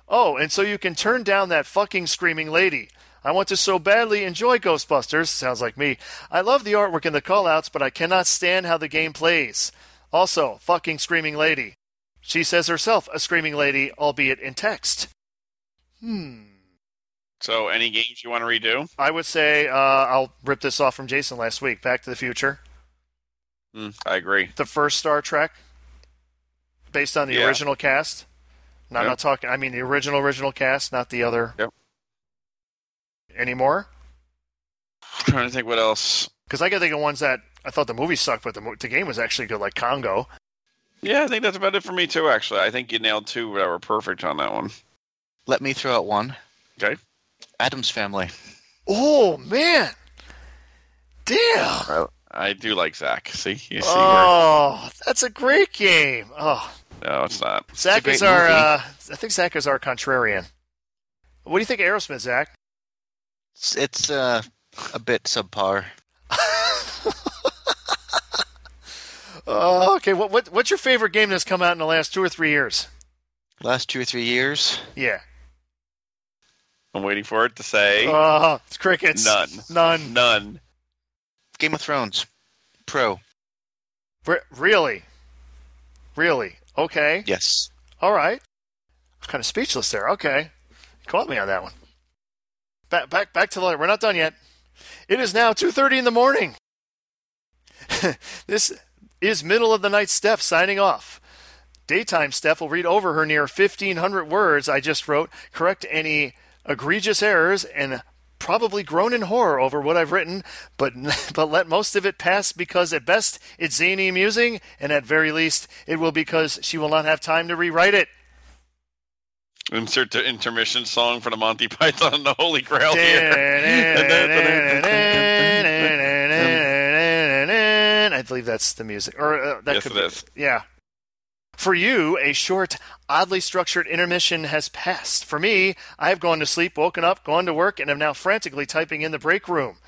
Oh, and so you can turn down that fucking screaming lady. I want to so badly enjoy Ghostbusters. Sounds like me. I love the artwork and the callouts, but I cannot stand how the game plays. Also, fucking screaming lady. She says herself a screaming lady, albeit in text. Hmm.
So, any games you want to redo?
I would say uh, I'll rip this off from Jason last week. Back to the Future,
Hmm, I agree.
the first Star Trek, based on the
Yeah.
original cast. No, I'm
Yep.
not talking. I mean the original original cast, not the other.
Yep.
Anymore,
trying to think what else.
because I can think of ones that I thought the movie sucked, but the mo- the game was actually good, like Congo.
Yeah, I think that's about it for me too. Actually, I think you nailed two that were perfect on that one.
Let me throw out one.
Okay.
Adam's Family.
Oh man, damn!
I, I do like Zach. See, you see, where-
Oh, that's a great game. Oh,
no, it's not.
Zach
great
is our.
movie.
Uh, I think Zach is our contrarian. What do you think, of Aerosmith, Zach?
It's, it's uh, a bit subpar.
Oh, okay. What, what what's your favorite game that's come out in the last two or three years?
Last two or three years,
Yeah.
I'm waiting for it to say
Oh, it's crickets.
None.
None.
none.
Game of Thrones. Pro.
Re- really. Really. Okay.
Yes.
All right. kind of speechless there. Okay. You caught me on that one. Back back back to the we're not done yet. It is now 2:30 in the morning. [LAUGHS] this is middle of the night Steph signing off. Daytime Steph will read over her near 1500 words I just wrote, correct any egregious errors and probably groan in horror over what I've written, but [LAUGHS] but let most of it pass because at best it's zany amusing and at very least it will because she will not have time to rewrite it.
Insert the intermission song for the Monty [LAUGHS] Python and the Holy Grail [LAUGHS] here.
I believe that's the music, or uh, that
Yes,
could
it
be.
is.
Yeah. For you, a short, oddly structured intermission has passed. For me, I have gone to sleep, woken up, gone to work, and am now frantically typing in the break room.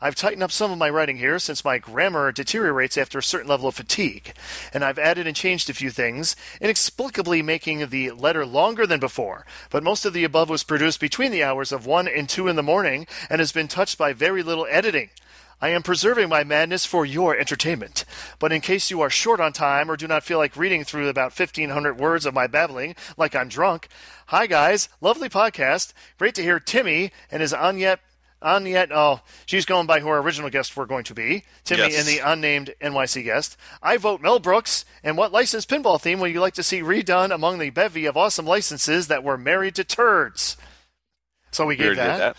I've tightened up some of my writing here since my grammar deteriorates after a certain level of fatigue, and I've added and changed a few things, inexplicably making the letter longer than before. But most of the above was produced between the hours of 1 and 2 in the morning and has been touched by very little editing. I am preserving my madness for your entertainment. But in case you are short on time or do not feel like reading through about 1,500 words of my babbling like I'm drunk, hi guys, lovely podcast. Great to hear Timmy and his on yet, on yet, oh, she's going by who our original guest were going to be, Timmy
Yes.
and the unnamed NYC guest. I vote Mel Brooks. And what licensed pinball theme would you like to see redone among the bevy of awesome licenses that were married to turds? So we
We
gave
already did that.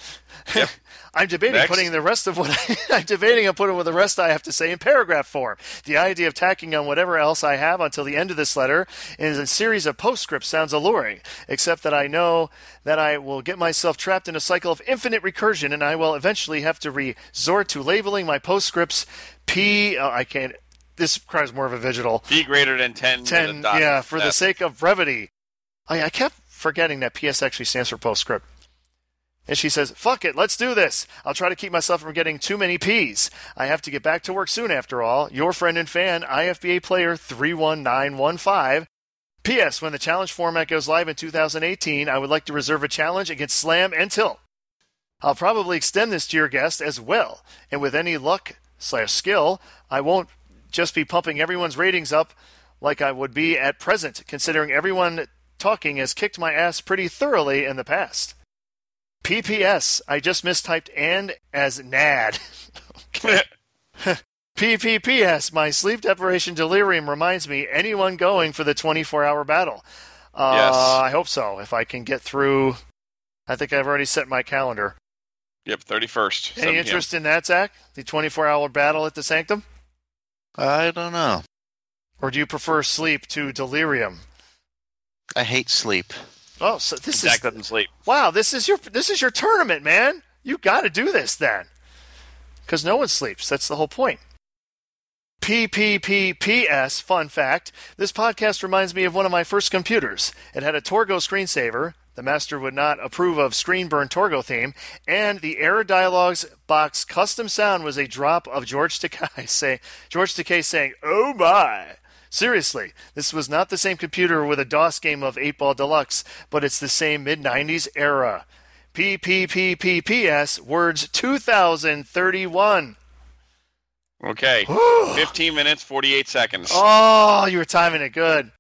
Yep.
I'm debating
Next.
putting the rest of what I, [LAUGHS] am debating on putting what the rest I have to say in paragraph form. The idea of tacking on whatever else I have until the end of this letter is a series of postscripts sounds alluring, except that I know that I will get myself trapped in a cycle of infinite recursion, and I will eventually have to resort to labeling my postscripts P. Oh, I can't. This requires more of a digital
Be greater than ten. with a
ten.
dot.
Yeah, for the
That's-
sake of brevity. I, I kept forgetting that PS actually stands for postscript. And she says, Fuck it, let's do this. I'll try to keep myself from getting too many P's. I have to get back to work soon, after all. Your friend and fan, IFBA player 31915. P.S. When the challenge format goes live in 2018, I would like to reserve a challenge against Slam and Tilt. I'll probably extend this to your guest as well, and with any luck slash skill, I won't just be pumping everyone's ratings up like I would be at present, considering everyone talking has kicked my ass pretty thoroughly in the past. PPS, I just mistyped and as [LAUGHS] NAD. PPPS, my sleep deprivation delirium reminds me anyone going for the 24 hour battle. Uh,
Yes.
I hope so. If I can get through, I think I've already set my calendar.
[LAUGHS] Yep, thirty first.
Any interest in that, Zach? The 24 hour battle at the Sanctum?
I don't know.
Or do you prefer sleep to delirium?
I hate sleep.
Oh, so this
Zach
is
doesn't sleep.
wow. This is your this is your tournament, man. You got to do this then, because no one sleeps. That's the whole point. PPPPS, fun fact. This podcast reminds me of one of my first computers. It had a Torgo screensaver. The master would not approve of screen burn Torgo theme. And the error dialogues box custom sound was a drop of George Takei, [LAUGHS] say, George Takei saying, Oh my! Seriously, this was not the same computer with a DOS game of 8 Ball Deluxe, but it's the same mid 90s era. PPPPPS, words 2031. [GASPS]
Okay. Fifteen minutes, forty eight seconds.
Oh, you were timing it good.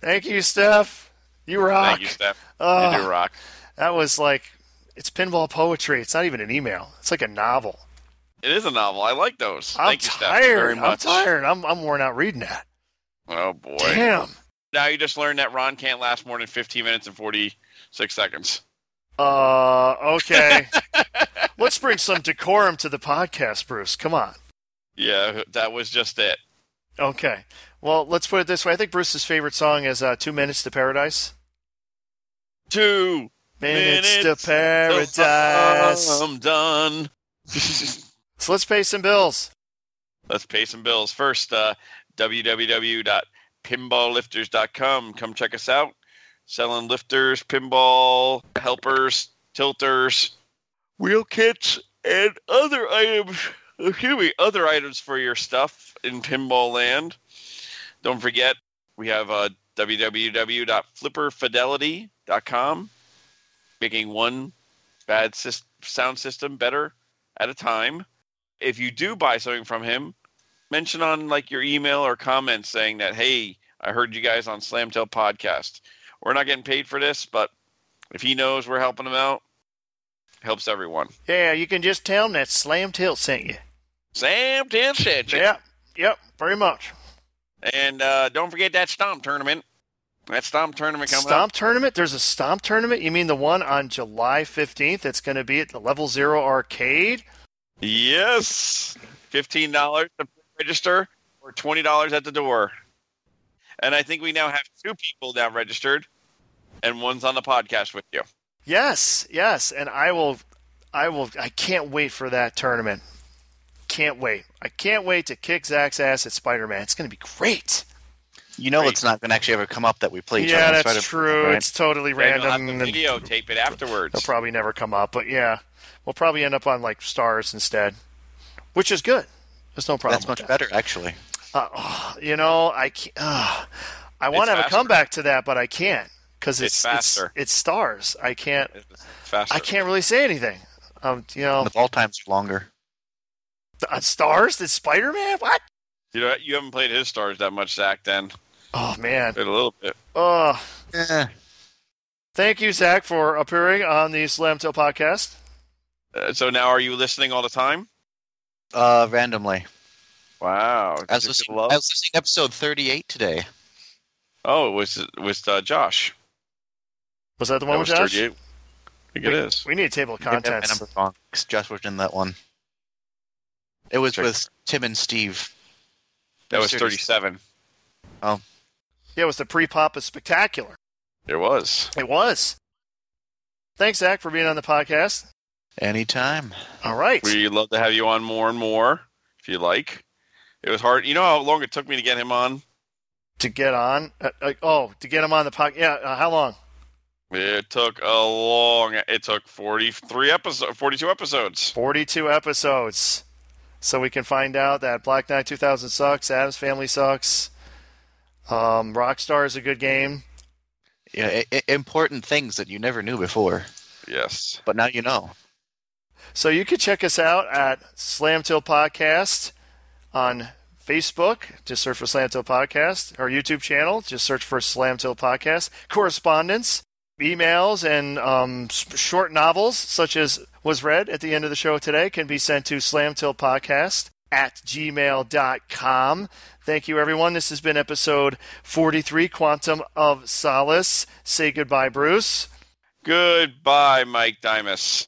Thank you, Steph. You rock.
Thank you, Steph.
Ah.
you do rock.
That was like It's pinball poetry. It's not even an email. It's like a novel.
It is a novel. I like those.
I'm
Thank you, Steph,
tired.
very much.
I'm tired. I'm I'm worn out reading that.
Oh boy.
Damn.
Now you just learned that Ron can't last more than 15 minutes and 46 seconds.
Uh,
[LAUGHS]
okay. Let's bring some decorum to the podcast, Bruce. Come on.
Yeah, that was just it.
Okay. Well, let's put it this way. I think Bruce's favorite song is uh, Two Minutes to Paradise.
Two
Minutes, to
till
Paradise.
I'm done. [LAUGHS]
So let's pay some bills.
Let's pay some bills. First, uh, www.pinballlifters.com. Come check us out. Selling lifters, pinball, helpers, tilters, wheel kits, and other items. Excuse me, other items for your stuff in pinball land. Don't forget, we have uh, www.flipperfidelity.com, making one bad sys- sound system better at a time if you do buy something from him, mention on like your email or comment saying that, hey, I heard you guys on Slamtail podcast. We're not getting paid for this, but if he knows we're helping him out, helps everyone.
Yeah, you can just tell them that Slam Tilt sent you.
Sam Tim said you.
Yep. Yep. Very much.
And uh, don't forget that Stomp tournament. That Stomp tournament coming
Stomp
up.
tournament? There's a Stomp tournament? You mean the one on July 15th? It's going to be at the Level Zero Arcade?
Yes. $15 to register or $20 at the door. And I think we now have two people now registered, and one's on the podcast with you.
Yes, yes, and I will, I will, I can't wait for that tournament. Can't wait. I can't wait to kick Zach's ass at Spider Man. It's going to be great.
You know
Great.
it's not going to actually ever come up that we play each
yeah,
other. in
that's
Spider-Man,
true.
right?
It's totally
Yeah,
random.
You'll have
and
to videotape it afterwards.
They'll probably never come up, but yeah, we'll probably end up on like stars instead, which is good. There's no problem.
That's
with that.
much better, actually.
Uh, [SIGHS] oh, you know, I can't, uh, I want to have a
faster.
comeback to that, but I can't because it's
It's faster.
It's, it's stars. I can't.
It's faster.
I can't really say anything. Um, you know,
The ball times are longer.
on stars that Spider Man? What?
You know, you haven't played his stars that much, Zach. Then
Oh man.
Played a little bit.
Oh,
Eh,
thank you, Zach, for appearing on the Slam Till podcast.
Uh, so now, are you listening all the time?
Uh, randomly.
Wow.
I
Did
was,
you
listening,
love-
I was listening to episode 38 today.
oh, it was it was uh, Josh?
Was that the one
that
with
was
Josh?
38. I think it is.
We need a table of
You didn't have my
contents.
number wrong, 'cause Josh was in that one. It was
Check.
with Tim and Steve.
That was
Mr.
37.
Yeah, it was the pre pop is spectacular.
It was.
It was. Thanks, Zach, for being on the podcast.
Anytime.
All right.
We love to have you on more and more if you like. It was hard. You know how long it took me to get him on?
to get on. Uh, uh, oh, to get him on the podcast. Yeah, uh, how long?
It took a long. It took 43 episodes, 42 episodes.
42 episodes. So we can find out that Black Knight 2000 sucks, Adam's Family sucks, um, Rockstar is a good game.
Yeah, i i important things that you never knew before,
Yes.
but now you know.
So you can check us out at Slamtail Podcast on Facebook, just search for Slamtail Podcast. Our YouTube channel, just search for Slamtail Podcast. Correspondence, emails, and um, s- short novels, such as was read at the end of the show today, can be sent to Podcast at gmail.com. Thank you, everyone. This has been episode 43, Quantum of Solace. Say goodbye, Bruce.
Goodbye, Mike Dimas.